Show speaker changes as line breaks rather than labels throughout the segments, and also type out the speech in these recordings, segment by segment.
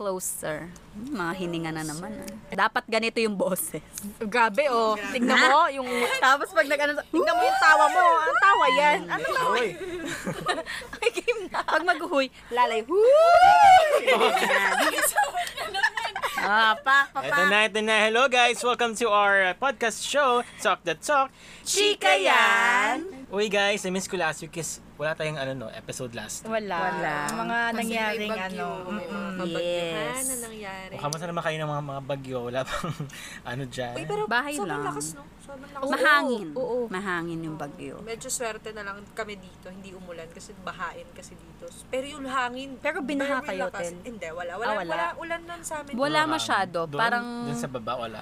closer. Hmm, Mga hininga na naman. ah. Dapat ganito yung boses.
Grabe, oh. Tingnan mo, yung... Tapos pag nag-ano, tingnan mo yung tawa mo. ah. Ang tawa yan. Ano tawa? Ay, game na.
Pag maghuhuy, lalay, huu! Ah, pak, pak,
Ito
pak.
na, ito na. Hello guys! Welcome to our uh, podcast show, Talk the Talk.
Chika yan!
Uy guys, I miss ko last week kasi wala tayong ano, no, episode last.
Wala.
Wala.
Mga nangyaring
may bagyo,
ano.
may mga
mm-mm.
kabagyuhan
Yes.
na nangyari.
O, kamusta naman kayo ng mga, mga bagyo? Wala pang ano dyan.
Uy, pero
Bahay
sobrang
lang.
lakas, no? Sobrang lakas.
Mahangin.
Oo.
Mahangin yung bagyo.
Medyo swerte na lang kami dito, hindi umulan kasi bahain kasi dito. Pero yung hangin,
Pero binaha
very
kayo,
lakas.
Tel?
Hindi, wala. Wala,
Ah, wala.
wala. ulan nun sa amin.
Wala
Parang
masyado.
Um, doon-
Parang-
Doon sa baba, wala.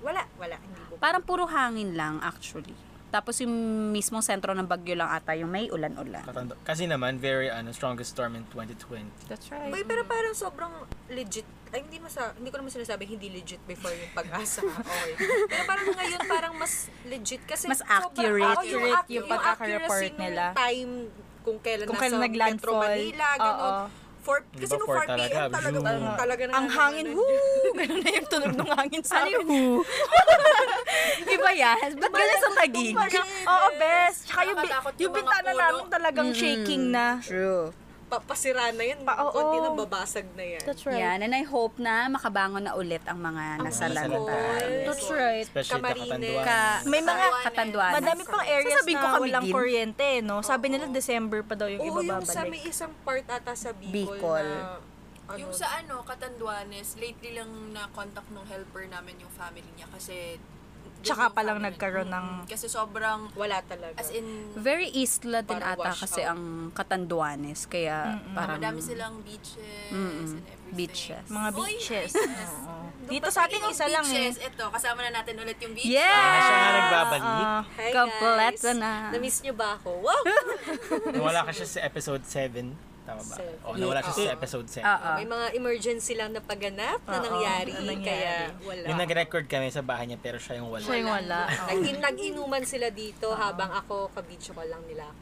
Wala, wala. Hindi po.
Parang puro hangin lang, actually. Tapos yung mismong sentro ng bagyo lang ata yung may ulan-ulan.
Katando. Kasi naman, very ano, strongest storm in 2020.
That's right.
Uy, pero parang sobrang legit. Ay, hindi, masa, hindi ko naman sinasabi hindi legit before yung pag-asa. Okay. Pero parang ngayon, parang mas legit kasi
Mas
sobrang-
accurate.
oo,
Accurate
ac-
yung
accuracy
pagkaka-report
nung
nila.
time kung kailan
Kung
nasa
kailan
Metro
nag-landfall.
Manila, ganun.
Oo.
Four,
Di
kasi
ba
nung
four
4 p.m. talaga,
talaga?
talaga,
Zoom.
talaga, na-
ang hangin, huu! Ganun na yung tunog ng hangin sa
Ano
amin.
Iba yan. Ba't ganun sa tagig?
Oo, best. Tsaka yung, bi-
Nakakatakot
yung
yung mga
bintana
puno.
namin talagang
Mm-hmm.
shaking na.
True.
papasira na yan.
Pa- oo.
Konti na babasag na yan.
That's
Yan, and I hope na makabangon na ulit ang mga nasa
mga
landas.
Yes.
That's right.
Especially
Kamarines.
Katanduan.
Ka-
May mga
katanduanes.
Madami pang areas
Sasabihin
na
ko kami
walang
din.
kuryente, no? Sabi nila December pa daw yung
Oo, yung sa
ibababalik.
may isang part ata sa Bicol,
Bicol.
na... Ano,
Yung sa ano, Katanduanes, lately lang na-contact nung helper namin yung family niya kasi...
Tsaka
yung
pa lang
family-
nagkaroon ng-
Mm, Kasi sobrang...
wala talaga.
As in,
Very isla din
Parang
ata
wash
kasi
out.
ang Katanduanes. Kaya parang...
madami silang beaches and everything.
Beaches.
Mga
Uy,
Mm. beaches.
beaches.
Oo. Dito sa atin,
Speaking of
isa lang eh.
beaches, Ito, kasama na natin ulit yung
Ah,
beaches.
Yeah! Uh-huh.
siya nga nagbabalik.
ah,
Hi
Kompleto
guys.
na.
Na-miss nyo ba ako? Wow!
nawala ka siya sa episode 7. Tama ba?
Seven.
O, nawala siya sa
Yes.
episode 7.
Oo.
May mga emergency lang na pagganap na
Ah,
Oo,
nangyari,
na nangyari.
Kaya wala.
Yung nag-record kami sa bahay niya pero siya yung wala.
Siya yung wala.
Nag- Nag-inuman sila dito
Ah.
habang ako, kabidyo ko lang nila.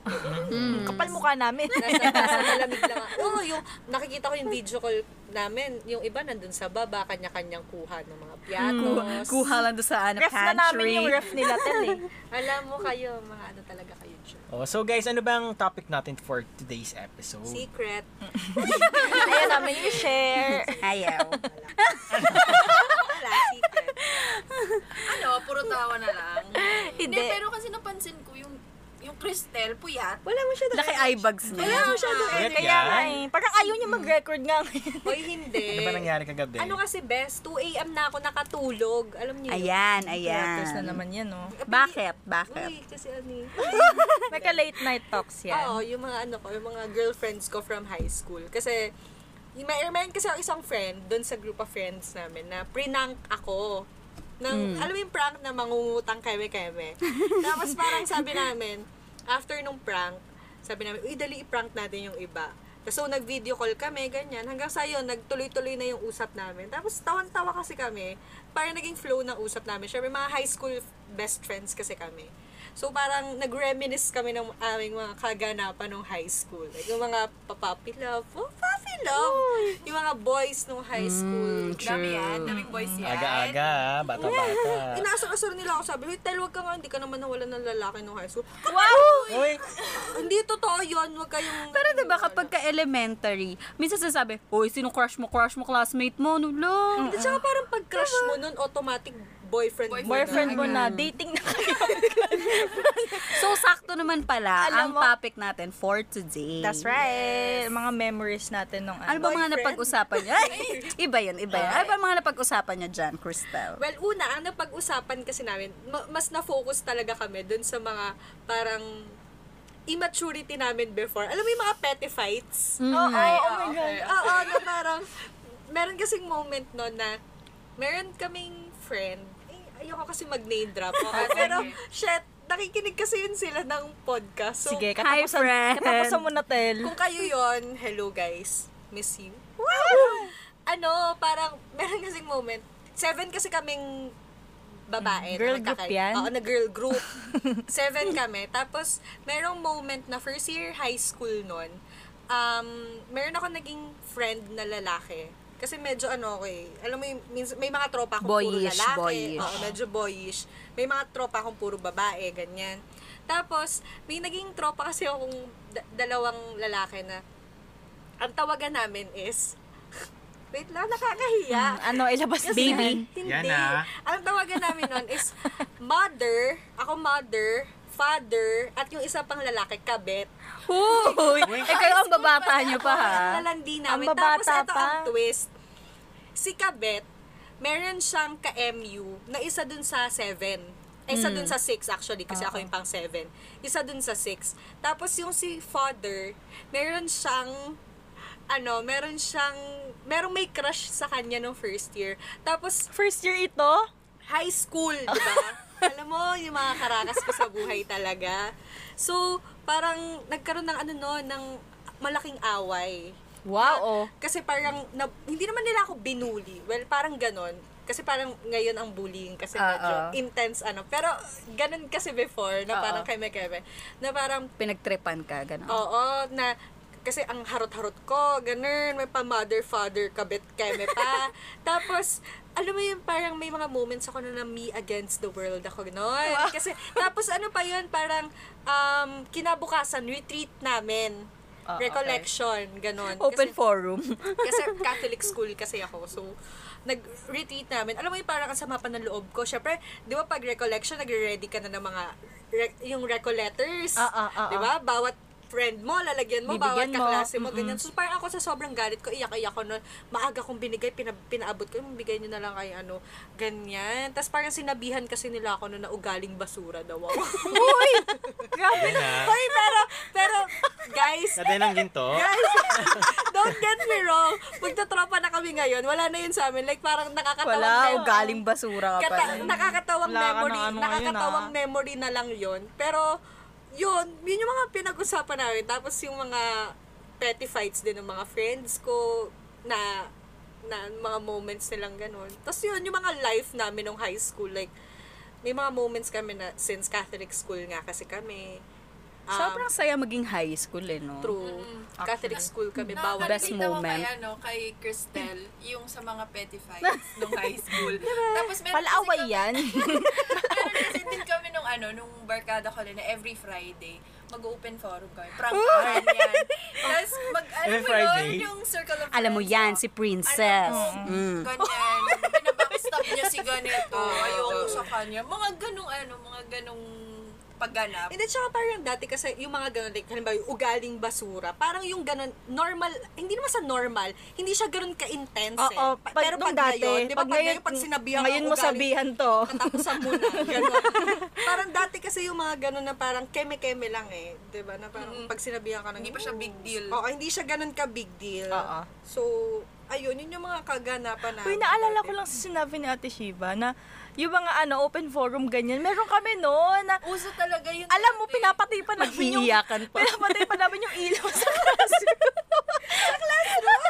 Mm.
Kapal mukha namin.
Nasa, nasa malamig lang. ako. Oo, yung nakikita ko yung video call namin, yung iba nandun sa baba, kanya-kanyang kuha ng mga
Kuha,
piatos.
kuha lang doon sa ano,
ref na namin
pantry.
yung ref nila, Tel eh.
Alam mo kayo, mga ano talaga kayo dyan.
Oh, so guys, ano ba ang topic natin for today's episode?
Secret.
Ayaw namin yung share.
Ayaw.
Wala, secret.
Ano, puro tawa na lang.
Hindi.
pero kasi napansin ko yung yung Cristel, puyat.
Wala mo siya
Laki eye bags na.
Wala mo siya
Ulit
Kaya
yan?
nga eh. Parang ayaw niya mag-record nga ngayon.
Hoy, hindi.
Ano ba nangyari kagabi?
Ano kasi best, 2 a.m. na ako nakatulog. Alam niyo yun?
Ayan,
Tapos na
ayan.
naman yan, no?
Bakit? Bakit?
Uy, kasi ano eh.
Nagka late night talks
Oo,
yan.
yung mga ano ko, yung mga girlfriends ko from high school. Kasi, yung may meron kasi ako isang friend doon sa group of friends namin na prank ako. Nang, Alam mo yung prank na mangungutang keme-keme. Tapos parang sabi namin, after nung prank, sabi namin, uy, dali i-prank natin yung iba. Tapos so, nag-video call kami, ganyan. Hanggang sa yun, nagtuloy-tuloy na yung usap namin. Tapos tawan-tawa kasi kami. Parang naging flow ng usap namin. Siyempre, mga high school best friends kasi kami. So parang nag-reminisce kami ng aming mga kaganapan nung high school. Like, yung mga papapi love, oh, papi love. Yung mga boys nung high
Mm,
school. ah.
Dami yan, daming boys
mm.
yan.
Aga-aga, ah, bata-bata.
Inaasar-asar nila ako sabi, Hoy, Tel, wag ka nga, hindi ka naman nawalan ng lalaki nung high school.
Uy,
Hindi totoo yun, wag kayong...
Pero diba kapag ka-elementary, minsan sasabi, Uy, sino crush mo, crush mo, classmate mo, nulo.
At saka parang pag crush
Diba?
mo nun, automatic boyfriend, mo
Boyfriend mo na, dating na kayo.
So, sakto naman pala
Alam
ang
mo-
topic natin for today.
That's right. Mga memories natin nung
Ano
ano.
ba mga
Boyfriend?
napag-usapan niya? Ay, iba yun, iba yun. Ano ba mga napag-usapan niya dyan, Crystal?
Well, una, ang napag-usapan kasi namin, ma- mas na-focus talaga kami dun sa mga parang immaturity namin before. Alam mo yung mga petty fights?
Oo, oh,
ah,
my God.
Oo, na parang, meron kasing moment no na, meron kaming friend, eh, ayoko kasi mag-name drop ako, pero, shit, nakikinig kasi yun sila ng podcast. So,
Sige,
Hi,
katapusan,
friend.
katapusan mo na, Tel.
kung kayo yon hello guys, miss you. ano, parang, meron kasing moment, seven kasi kaming babae. na
Girl
nagkaka-
group yan?
Oo, na girl group. seven kami. Tapos, merong moment na first year high school nun, um, meron ako naging friend na lalaki Kasi medyo ano ko eh. Alam mo, yung, mins- may mga tropa akong puro
Boyish,
lalaki.
boyish.
Oo, medyo boyish. May mga tropa akong puro babae, ganyan. Tapos, may naging tropa kasi akong da- dalawang lalaki na ang tawagan namin is Wait lang, nakakahiya.
Ano, ilabas
Kasi
yan.
Hindi.
Yan ah.
Ang tawagan namin nun is mother, ako mother, father, at yung isa pang lalaki, kabet.
Uy, eh kayo ang babata niyo pa ha.
Lalandi
Ang
namin. Tapos
babata
ito
pa.
ang twist. Si Kabet, meron siyang ka-MU na isa dun sa seven. Ay, Isa
Hmm.
dun sa six actually, kasi ako yung pang seven. Isa dun sa six. Tapos yung si father, meron siyang ano, meron siyang, merong may crush sa kanya nung first year. Tapos,
First year ito?
high school, di ba? Alam mo, yung mga karakas ko sa buhay talaga. So, parang nagkaroon ng ano no, ng malaking away.
Wow, oh.
Kasi parang, na- hindi naman nila ako binuli. Well, parang ganon. Kasi parang ngayon ang bullying kasi medyo
Oo.
intense ano. Pero ganon kasi before na parang kay Mekeme. Na parang
Pinagtripan ka, gano'n.
Oh, Oo, na kasi ang harot-harot ko, ganun, may pa mother, father, kabit, keme pa. tapos, alam mo yun, parang may mga moments ako na na me against the world ako, gano'n. Kasi, tapos ano pa yun, parang um, kinabukasan, retreat namin. recollection, gano'n.
Open
Kasi-
forum.
kasi Catholic school kasi ako. So, nag-retreat namin. Alam mo yung parang ang sama pa ng loob ko. Siyempre, di ba pag recollection, nagre-ready ka na ng mga, re- yung recollectors.
Ah, ah, ah,
Di ba? Bawat friend mo, lalagyan mo, bawat
Bibigyan mo.
kaklase mo, ganyan. So, parang ako sa sobrang galit ko, iyak-iyak ko noon. Maaga kong binigay, pina, pinaabot ko, bigay nyo na lang kay ano, ganyan. Tapos parang sinabihan kasi nila ako noon na ugaling basura daw ako. Uy! Grabe
Yan ah.
Uy, pero, pero, guys,
Kadayan ng ginto.
Guys, don't get me wrong. Magtatropa na kami ngayon. Wala na yun sa amin. Like, parang nakakatawang
Wala,
mem-
ugaling basura ka pa.
Kata- nakakatawang
Wala ka
memory.
ng ano ngayon,
nakakatawang
ah.
memory na lang yun. Pero, yun, yun yung mga pinag-usapan namin. Tapos yung mga petty fights din ng mga friends ko na na mga moments nilang ganun. Tapos yun, yung mga life namin nung high school, like, may mga moments kami na, since Catholic school nga kasi kami. um,
Sobrang saya maging high school eh, no?
True. Catholic school kami, bawal
Best
Nakakakita mo
moment.
Kay, ano, kay Christelle, yung sa mga petty fights nung high school. Tapos meron kasi
Palaaway
kami-
yan.
Meron kasi din kami nung ano, nung barkada ko rin na every Friday, mag-open forum kami. Prank call yan. Tapos mag, alam
Every
mo
Friday?
yun, yung circle of
Alam mo
friends
yan,
ko.
si Princess.
Ano,
Mm.
Ganyan. Pinabackstab niya si ganito. Ayoko sa kanya. Mga ganong ano, mga ganong pagganap.
And then, tsaka parang dati kasi yung mga ganun, like, halimbawa yung ugaling basura, parang yung ganun, normal, hindi naman sa normal, hindi siya ganun ka-intense eh.
Oo,
Pa-
pag,
pero
nung
pag
dati,
ngayon, di ba, pag, ngayon, pag sinabihan
Ngayon
ka
mo
ugaling-
sabihan to.
Katapusan mo na, ganun. parang dati kasi yung mga ganun na parang keme-keme lang eh, di ba, na parang pag sinabihan ka ng,
Hindi pa siya big deal.
Oo, hindi siya ganun ka-big deal.
Oo.
So, ayun, yun yung mga kaganapan namin.
Uy,
dati.
naalala ko lang sa sinabi ni Ate Shiva na yung mga ano, open forum, ganyan. Meron kami noon na,
Uso talaga yun.
alam mo,
dati.
pinapatay pa namin yung,
Maghiiyakan pa.
pinapatay pa namin yung ilaw sa classroom. sa classroom?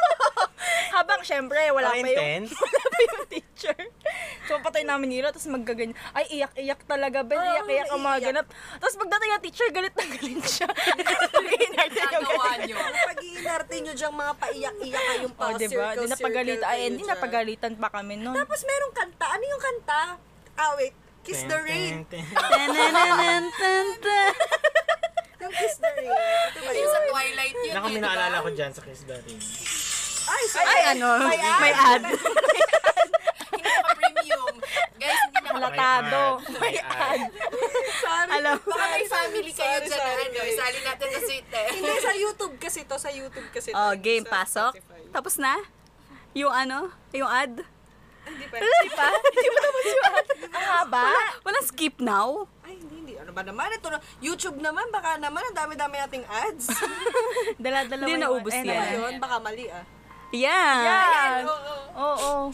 Habang, syempre, wala
Ang
pa yung
intense.
Wala pa yung teacher. So, patay namin nila, tapos magaganyan. Ay, iyak-iyak talaga, Ben.
Oo,
Iyak-iyak ang mga
naiiyak.
ganap. Tapos pagdating yung teacher, galit na galit siya. Sabihin natin yung
Nagawa
ganyan.
niyo.
Pag-iinarte nyo diyang mga paiyak-iyak kayong pa
O, diba? Di napagalitan. Ay, hindi napagalitan pa kami noon.
Tapos merong kanta. Ano yung kanta? Ah, wait. Kiss the Rain.
Tin, tin, tin.
Tanananantantan.
Yung Kiss the Rain. Ito ba
Yung
yun?
sa Twilight yun.
Naku,
eh,
may
di ba?
naalala ko dyan sa Kiss the Ring.
Ay, sorry.
Ay, ano? May ad.
Hindi ka premium. Guys, hindi na
May
Tado.
ad,
May ad.
sorry.
Alam.
Baka may family kayo
Sorry,
dyan.
sorry,
ano,
guys.
isali natin sa eh. suite.
Hindi, sa YouTube kasi to. Sa YouTube kasi to.
Oh, game,
Sa
pasok.
Spotify.
Tapos na? Yung ano? Yung ad?
Hindi pa.
Di pa? Di ba tapos yung ad? Ang haba? Walang skip now?
Ay, hindi, hindi. Ano ba naman? Ito na. YouTube naman. Baka naman. Ang dami-dami nating ads.
Dala-dala
Hindi
mo yung-
naubos
Ayun,
yan.
ayun.
Ayun, baka mali ah.
Yan.
Yan. Oo.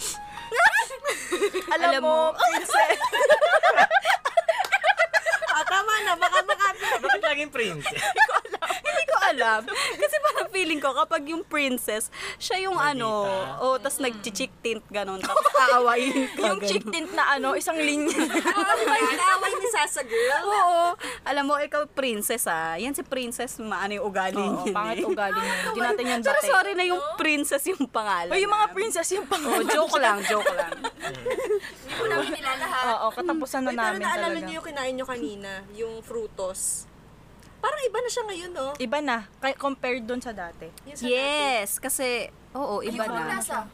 Alam,
Alam
mo,
mo,
princess.
Ah, tama na. Baka makapi.
Bakit laging prince?
Hindi ko alam. Kasi parang Parang feeling ko, kapag yung princess, siya yung ano, oh, tas nag-cheek tint, ganon. Tapos aawayin ka,
Mm. Yung cheek tint na ano, isang linya.
Away ni Sasa Girl.
Oo. Alam mo, ikaw princess ah. Yan si princess, maano yung ugali
Oo,
niya. eh.
pangit ugali niya. Hindi natin yan
Pero
dati.
sorry na yung princess yung pangalan.
Ay, yung mga
namin.
princess yung
Oh,
pangalan.
joke lang, joke lang.
Hindi ko namin nilalahat.
Oo, katapusan
Uy,
na
pero
namin
naalala
talaga.
niyo yung kinain niyo kanina, yung frutos. Parang iba na siya ngayon, no?
Iba na, kay- compared doon sa dati.
Yung sa
Yes, kasi, oo, iba
Ano
na.
nasa?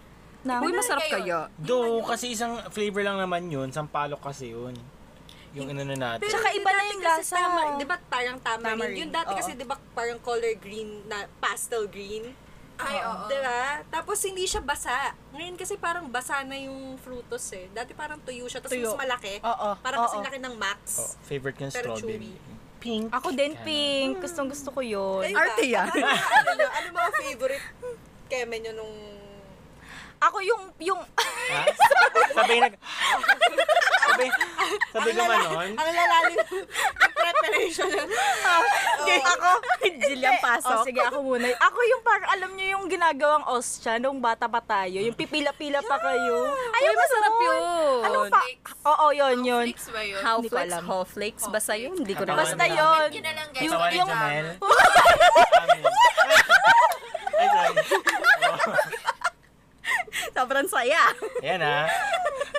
Na,
Uy, masarap
Ano
kayo.
Do, kasi isang flavor lang naman yun. Sampalok kasi yun. Yung inano natin.
Pero
Tsaka
yung
iba na
dati
yung
kasi
lasa.
Tama, di ba parang tamarind?
Tamarind,
Yung dati
oo.
kasi di ba parang color green na pastel green?
Ay, oo.
Di ba? Tapos hindi siya basa. Ngayon kasi parang basa na yung frutos eh. Dati parang tuyo siya, tapos
Tuyo.
mas malaki.
Oo,
Parang
oo.
kasi laki ng max.
Oh, favorite ko yung
Pero
strawberry.
chewy.
Pink.
ako din, pink. Gustong gusto ko yun.
Ay,
Arte yan.
Ano, ano, ano, ano mga favorite keme nyo nung...
Ako yung, yung,
Ha? Ah? Sabay nag... Sabay, sabay naman nun.
Ang lalalim yung preparation ng...
ako,
Jill yung pasok.
Oh, sige, ako muna. Ako yung parang, alam nyo yung ginagawang ostya nung bata pa tayo. Yung pipila-pila pa kayo.
Uy, masarap yun.
Anong pa?
Flakes.
Oo, yun, yun.
Flakes ba yun?
How
Hindi ko
flakes,
alam.
how flakes, basta yun, hindi ko na
Basta
Basta
alam.
yun.
Yun na lang guys.
Yung-
Tawarin
yung-
Jamel. Amin. Ay, sorry.
Sobrang saya.
Ayan ah.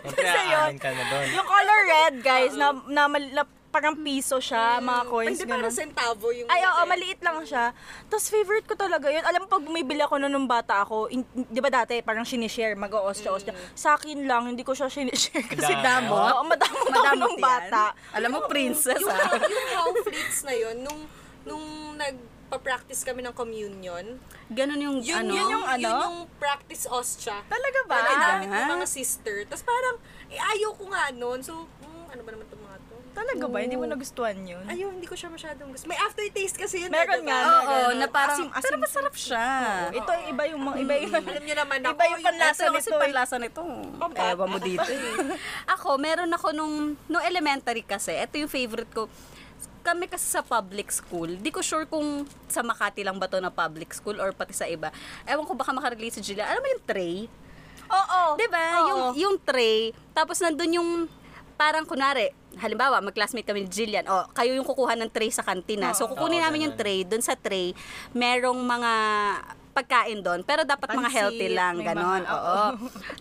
Siyempre,
Basta yun.
aamin ka na doon.
Yung color red, guys, na, na, mal- na parang piso siya, mga
Mm. Hmm,
coins,
Hindi
ganun.
parang centavo yung...
Ay, oo, maliit lang siya. Tapos favorite ko talaga yun. Alam mo, pag bumibili ako noon nung bata ako, in- di ba dati, parang sinishare, mag-o-ostya-ostya. Sa akin lang, hindi ko siya sinishare. Kasi
Damo?
Oo, madamot ako
Madamot
nung bata.
yan. Alam mo, princess
yung,
ah.
yung how flits na yun, nung, nung nagpa-practice kami ng communion,
Ganon yung,
yun,
ano.
yun yung, yun yung practice ostya.
Talaga ba?
Ang ginamit
Ha?
ng mga sister. Tapos parang, eh, ayaw ko nga noon. So, mm, ano ba naman itong mga to?
Talaga ba? Hindi mo nagustuhan yun?
Ayaw, hindi ko siya masyadong gusto. May aftertaste kasi yun. eh,
Meron
diba?
nga,
Oo,
Ganon.
na parang,
Asim, asim
ano, pero masarap siya.
Ito iba yung mga iba yung
Alam niyo naman ako.
iba yung panlasa
Ito kasi
nito. eh.
panlasa nito.
Pambat.
Ewan mo dito eh. ako, meron ako nung, nung elementary kasi, ito yung favorite ko. Kami kasi sa public school, di ko sure kung sa Makati lang ba to na public school or pati sa iba. Ewan ko baka makarelate si Julia. Alam mo yung tray?
Oo.
Di ba?
Oo.
Diba? Yung, yung tray, tapos nandun yung parang kunwari, halimbawa, mag-classmate kami ni Jillian, o kayo yung kukuha ng tray sa kantina. So, kukunin
Oo,
namin yung
ganun.
tray. Doon sa tray, merong mga pagkain doon, pero dapat mga
Pansit,
healthy lang,
may
ganon.
mga-
Oo.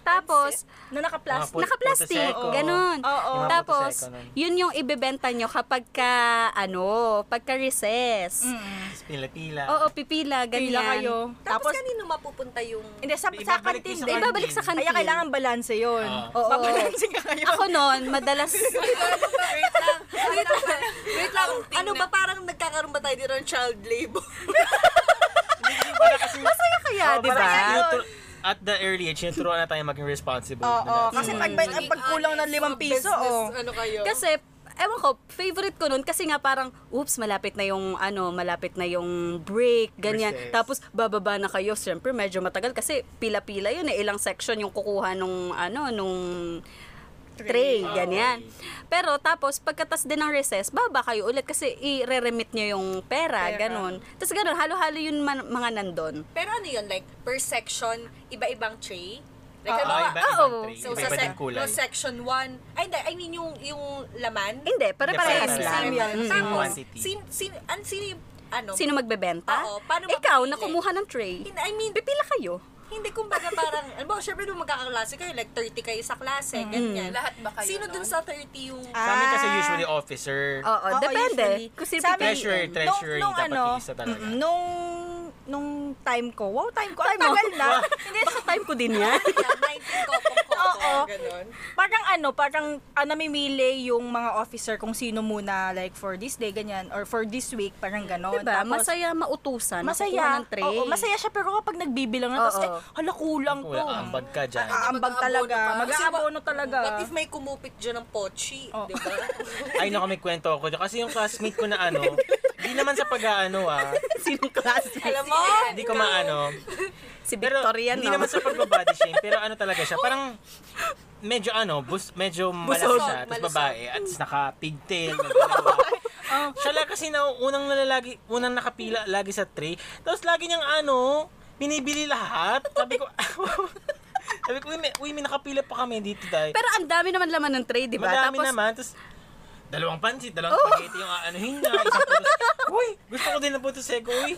Tapos,
na naka-plastic.
Put-
naka-plastic,
puto seko.
ganon.
Oo.
Yung mga
Tapos,
puto seko nun.
yun yung ibebenta nyo kapag ka, ano, pagka-recess.
Tapos Pila-pila.
Oo, pipila, ganyan.
Pila Mm. kayo.
Tapos,
Tapos,
kanino mapupunta yung...
hindi, sa, sa
Ibabalik mo
kantin
sa
din.
Di, babalik sa kantin.
Kaya kailangan balanse yun.
Ah.
Oo.
Babalansin ka kayo.
Ako noon, madalas...
Wait lang. Wait lang. Wait lang.
Kaunting
Ano ba parang nagkakaroon ba tayo dito ng child labor?
Masaya kaya,
Oo,
di ba?
parang tinuturo- At the early age, tinuturuan na tayo maging responsible.
Oo,
na natin.
kasi pag, pag,
ah,
pag kulang ng limang piso, oh.
uh,
Business, ano kayo?
Kasi, ewan ko, favorite ko nun kasi nga parang, oops, malapit na yung, ano, malapit na yung break, ganyan.
Recess.
Tapos, bababa na kayo. Siyempre, medyo matagal kasi pila-pila yun eh. Ilang section yung kukuha nung, ano, nung tray,
Ah,
ganyan.
okay.
Pero tapos, pagkatas din ng recess, baba kayo ulit kasi i-remit nyo yung pera,
Pera.
ganun. Tapos ganun, halo-halo yun man- mga nandun.
Pero ano yun? Like, per section, iba-ibang tray? Like,
Oo,
halimbawa,
oo.
iba, ibang tray,
So,
iba
sa
iba
sec-
din kulay.
no, section 1. Ay, hindi. I mean, yung, yung laman.
Hindi, pare-parehas
Same,
lang.
same
yan.
Mm.
Tapos,
Quantity.
sin, sin, an, sino yung, ano?
Sino magbebenta?
Oo, paano
Ikaw,
mapipili?
na kumuha ng tray.
Hindi, I mean,
Pipila kayo.
hindi kumbaga parang, alam mo, syempre nung magkakaklase kayo, like 30 kayo sa klase,
Mm-hmm.
ganyan.
Lahat ba kayo
Sino dun
nun?
sa 30 yung...
Sa amin kasi
Ah. Oh,
usually officer.
Oo,
Oo, usually.
depende. Kung sino
Sa amin,
pipiliin.
Treasurer, treasurer,
nung, nung
dapat
ano,
iisa talaga.
mm, nung, nung time ko, wow, time ko, ang
Time mo.
tagal na. Hindi,
Baka time ko din yan.
Yeah, 19 kopong-kopo,
Oo.
ganun.
parang ano, parang ah, namimili yung mga officer kung sino muna, like for this day, ganyan, or for this week, parang gano'n.
Diba? masaya mautusan. makukuha
masaya.
ng tray.
Oo, masaya siya, pero kapag nagbibilang na, tapos
Oo.
eh, hala, kulang to.
Kulang ambag ka dyan.
Aambag talaga. Mag-aabono talaga.
What if may kumupit dyan ng pochi,
Oo.
di ba?
Ay, naku, may kwento ako dyan. Kasi yung classmate ko na ano, di naman sa pag-ano ah,
Sinong klase?
alam mo?
hindi ko maano.
Si
Pero
Victoria,
hindi
no?
naman sa pagbabody shame, pero ano talaga siya, parang medyo ano, bus, medyo malaki
Busog.
siya, tapos
Malusog.
babae, at naka-pigtail, nagdalawa. Siya lang kasi na unang nalalagi, unang nakapila lagi sa tray. Tapos lagi niyang ano, binibili lahat. Sabi ko, sabi ko, uy, may, uy, may nakapila pa kami dito tayo.
Pero ang dami naman laman ng tray, di
Diba?
ba?
Madami
Tapos,
naman. Tapos, dalawang pansit, dalawang
Oh.
spaghetti yung aanuhin niya. Isang putos. Uy, gusto ko din ng putos ego, uy.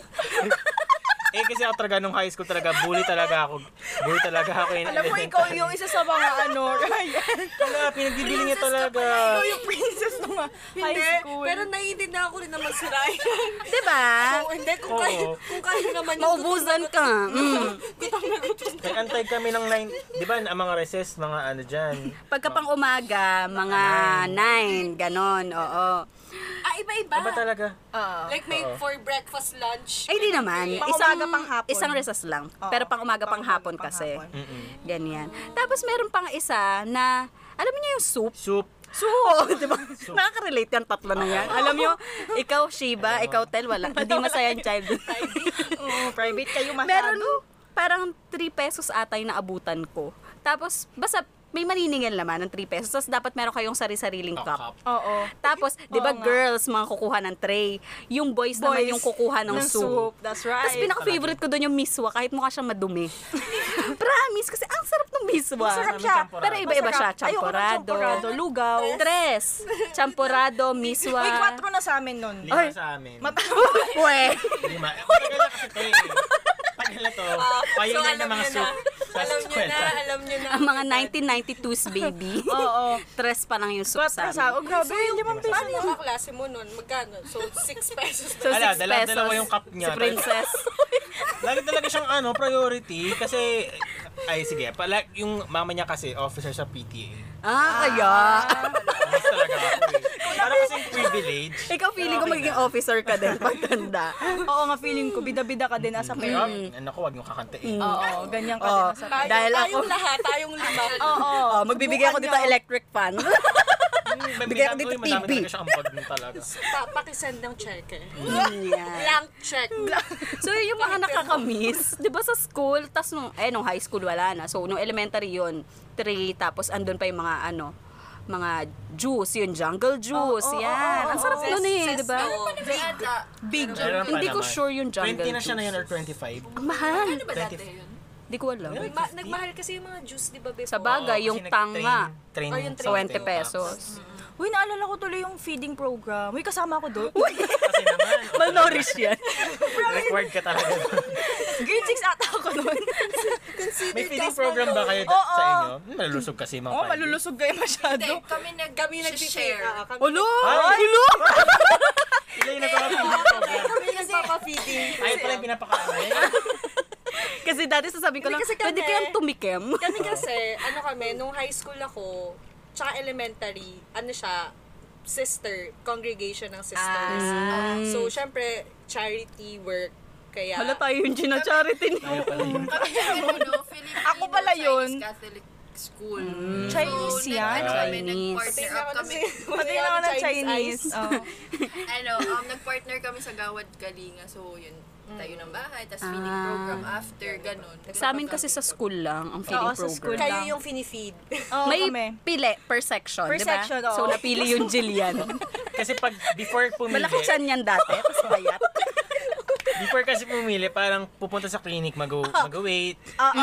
eh, kasi ako talaga nung high school talaga, bully talaga ako. Bully talaga ako. in
Alam mo,
elementary.
ikaw yung isa sa mga ano, Ryan.
Wala, pinagbibili niya talaga.
Ikaw yung princess ng mga
Hindi,
high school.
pero naiintindihan ko rin naman si Ryan.
di ba?
Oo, hindi, kung
Oo.
kaya, kung kaya naman yung
Maubusan ka. Mm.
gutom na gutom.
May antay kami ng 9, di ba, ang mga recess, mga ano dyan.
Pagka pang umaga, mga 9, ganon, oo.
Ah, iba-iba.
Ano ba talaga?
Ah.
Like may for breakfast, lunch.
Ay, Eh, di naman.
Pang
isang,
umaga, pang hapon.
Isang recess lang.
Oo.
Pero pang umaga, pang,
Pang
hapon
umaga, pang
kasi.
hapon.
Mm-mm.
Ganyan. Tapos meron pang isa na, alam niyo yung soup?
Soup.
Soup! di ba? Nakaka-relate yan, tatlo na yan. Alam niyo, ikaw, Shiba, ikaw, Tel, wala. Hindi masaya ang child.
Oo, private kayo masyado.
meron parang 3 pesos atay na abutan ko. Tapos, basta may maniningil naman ng 3 pesos. Tapos dapat meron kayong sari-sariling
Oh,
cup.
cup.
Oo.
Tapos, di ba
Oo nga.
girls, mga kukuha ng tray. Yung boys, naman yung kukuha ng, soup.
That's right.
Tapos pinaka-favorite ko doon yung miswa kahit mukha siyang madumi. Promise, kasi ang sarap ng miswa.
Masarap
siya. Masarap.
Pero iba-iba siya.
Masarap. Ayoko ng
Champorado.
champorado, lugaw.
Tres. Champorado, miswa.
Uy, 4 na sa amin nun.
Lima sa amin.
Uy.
Lima. Eh, Matagal na kasi to eh. Matagal na
Ah,
to. Payo na ng mga
niyo
soup.
na, alam niyo na,
kwenta.
alam niyo na.
Ang mga 1992s, baby.
Oo.
Tres pa lang yung soup
4
sa
na sa
amin.
Oh, grabe, limang peso.
Paano yung kaklase mo nun? Magkano? So, 6 pesos
So,
na.
Ala,
six
dalawa-
pesos.
dalawa yung cup niya.
Si Princess.
Lagi talaga siyang ano, priority. Kasi, ay sige, pala, yung mama niya kasi, officer sa PTA.
ah, kaya.
Mas talaga ako eh. Para kasing privilege.
Ikaw feeling ko magiging officer ka din pagtanda.
Oo nga, feeling ko, bida-bida ka din as
Mm.
a
Kaya,
parent.
ano ko, wag yung kakantain.
Mm. Oo, ganyan ka din
Oh,
as a parent.
dahil ako,
Tayong lahat, tayong lima.
oh, magbibigay ako dito
Subukan niyo.
electric fan. Bigay ako
Madami-
dito
uy, madami
TV.
talaga siyang ambag nun talaga.
Pa- Pakisend ng check eh.
Yan.
Blank check.
So yung mga nakakamiss, 'di ba sa school, tas nung eh nung high school wala na. So nung elementary 'yun, three tapos andun pa yung mga ano, mga juice, yun jungle juice,
Oo, oo,
yan.
oo,
Ang sarap
oo.
nun eh, 'di ba?
May ata.
Big.
Meron pa
Hindi ko
naman.
sure yung jungle
20 na siya na yun or 25.
Ang mahal.
Ano ba dati yun?
Di ko alam.
Really?
Ma- nagmahal kasi yung mga juice, di ba, before?
Sa bagay,
Oo,
yung
kasi
tanga.
nag-train-
Oh, yung
training something
20
yung
pesos.
apps.
Uy, naalala ko tuloy yung feeding program. Uy, kasama ako doon.
Kasi naman,
Malnourished yan.
required ka talaga.
Grade 6 ata ako noon.
Considered
May feeding
as
program ba kayo
Oo.
sa inyo? Hmm, Malulusog kasi yung mga
Oo,
pandi.
malulusog kayo
Hindi,
masyado.
kami nag
Kami nag-share.
share.
kami,
Ulo!
Ay!
Ulo!
Sila yung nagpapakain.
kami nagpapa-feeding.
Ay, pala yung pinapakain.
Kasi dati sasabihin ko lang,
Hindi kasi
pwede
kami-
kayang tumikim.
Kami kasi, ano kami, nung high school ako, tsaka elementary, ano siya, sister, congregation ng sisters.
Ah.
So, syempre, charity work. Kaya,
Hala tayo yung Gina Charity niya.
Tayo pala yun.
Kami nag ano, Filipino
Ako pala yun.
Chinese Catholic school.
Chinese
so,
yan.
nag-ano kami,
Chinese.
nag-partner
Tingnan ko
up
na
kami.
si-
Pati
tingnan ko
na ako
na
ng ano, Chinese.
ano, eyes.
Oo.
ano, um, nag-partner kami sa Gawad Kalinga. So, yun, tayo ng bahay, tapos feeding
Ah.
program after, ganun.
Sa amin kasi sa school lang ang feeding
Oo, sa school.
program.
Kayo yung finifeed.
Oo,
May
kami.
pili per section,
Per
di ba?
section, oo.
So napili yung Jillian.
Kasi pag before pumili,
Malaki siya niyan dati, tapos bayat.
before kasi pumili, parang pupunta sa clinic, mag-
Ah.
mag-wait,
Oo.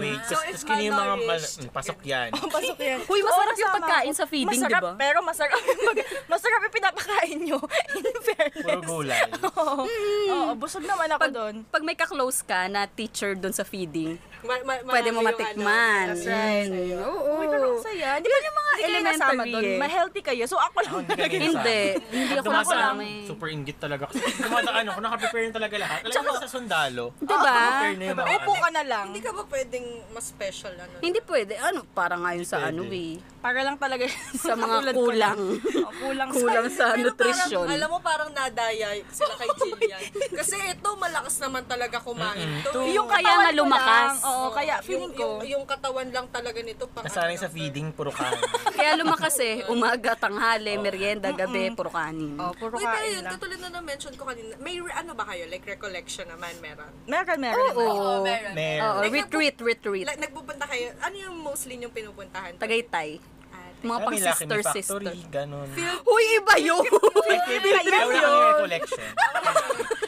wait.
Mm-hmm.
So,
Tapos
if
tapos kinin yung mga,
malnourished,
mal- mm, pasok yan.
Oh,
Pasok yan.
Uy, masarap
Oo,
yung
kasama
pagkain
ako.
sa feeding,
masarap,
di ba?
Pero masarap, yung pag- masarap yung pinapakain nyo. In
Puro
fairness.
gulay.
Oh,
Oo, Oo, busog naman ako
Pag,
doon.
pag may kaklose ka na teacher doon sa feeding,
Ma- ma-
pwede mo
marami yung
matikman.
ano.
right.
Mm, Oo.
Uy, pero ang saya. Di ba yung mga
kayo
elementary
nasama
doon?
eh.
Ma-healthy kayo. So ako lang talaga.
kami
Oh, Hindi.
kasama.
Hindi ako
Dumaan
ako
sa-
lang eh.
Super ingit talaga. Kasi dumadaan ako, nakaprepare na talaga lahat. Alam mo sa sundalo,
Di ba?
prepare na yung mga
Upo
ano.
ka na lang.
Hindi ka ba pwedeng mas special ano?
Hindi pwede. Ano, para nga yun sa
Pwede.
ano eh.
Para lang talaga
Sa mga
tulad ko
kulang.
lang. Oo, kulang. sa-
Kulang sa
Pero
nutrition.
Parang, alam mo, parang nadaya sila kay Jillian. Kasi ito, malakas naman talaga kumain. to.
Yung kaya nga
katawan ko
lumakas.
lang. Oo, kaya feeling
yung,
ko.
Yung, yung katawan lang talaga nito. pang- ano.
Nasanay sa feeding, puro kanin.
Kaya lumakas eh. Umaga, tanghali, merienda, gabi, puro kanin.
Oh, puro
Uy, pero
kain
yun,
lang.
katulad na na-mention ko kanina, may re- ano ba kayo? Like, recollection naman meron.
Meron, meron.
Oo.
Oo, meron.
Meron.
Oo, retreat, retreat.
Like, nagpupunta kayo, ano yung mostly yung pinupuntahan?
Tagaytay. Mga
Ate.
Alam,
pang
may Lucky Me
sister sister.
Factory, ganun.
Huy, iba yun!
Ayaw na kami recollection.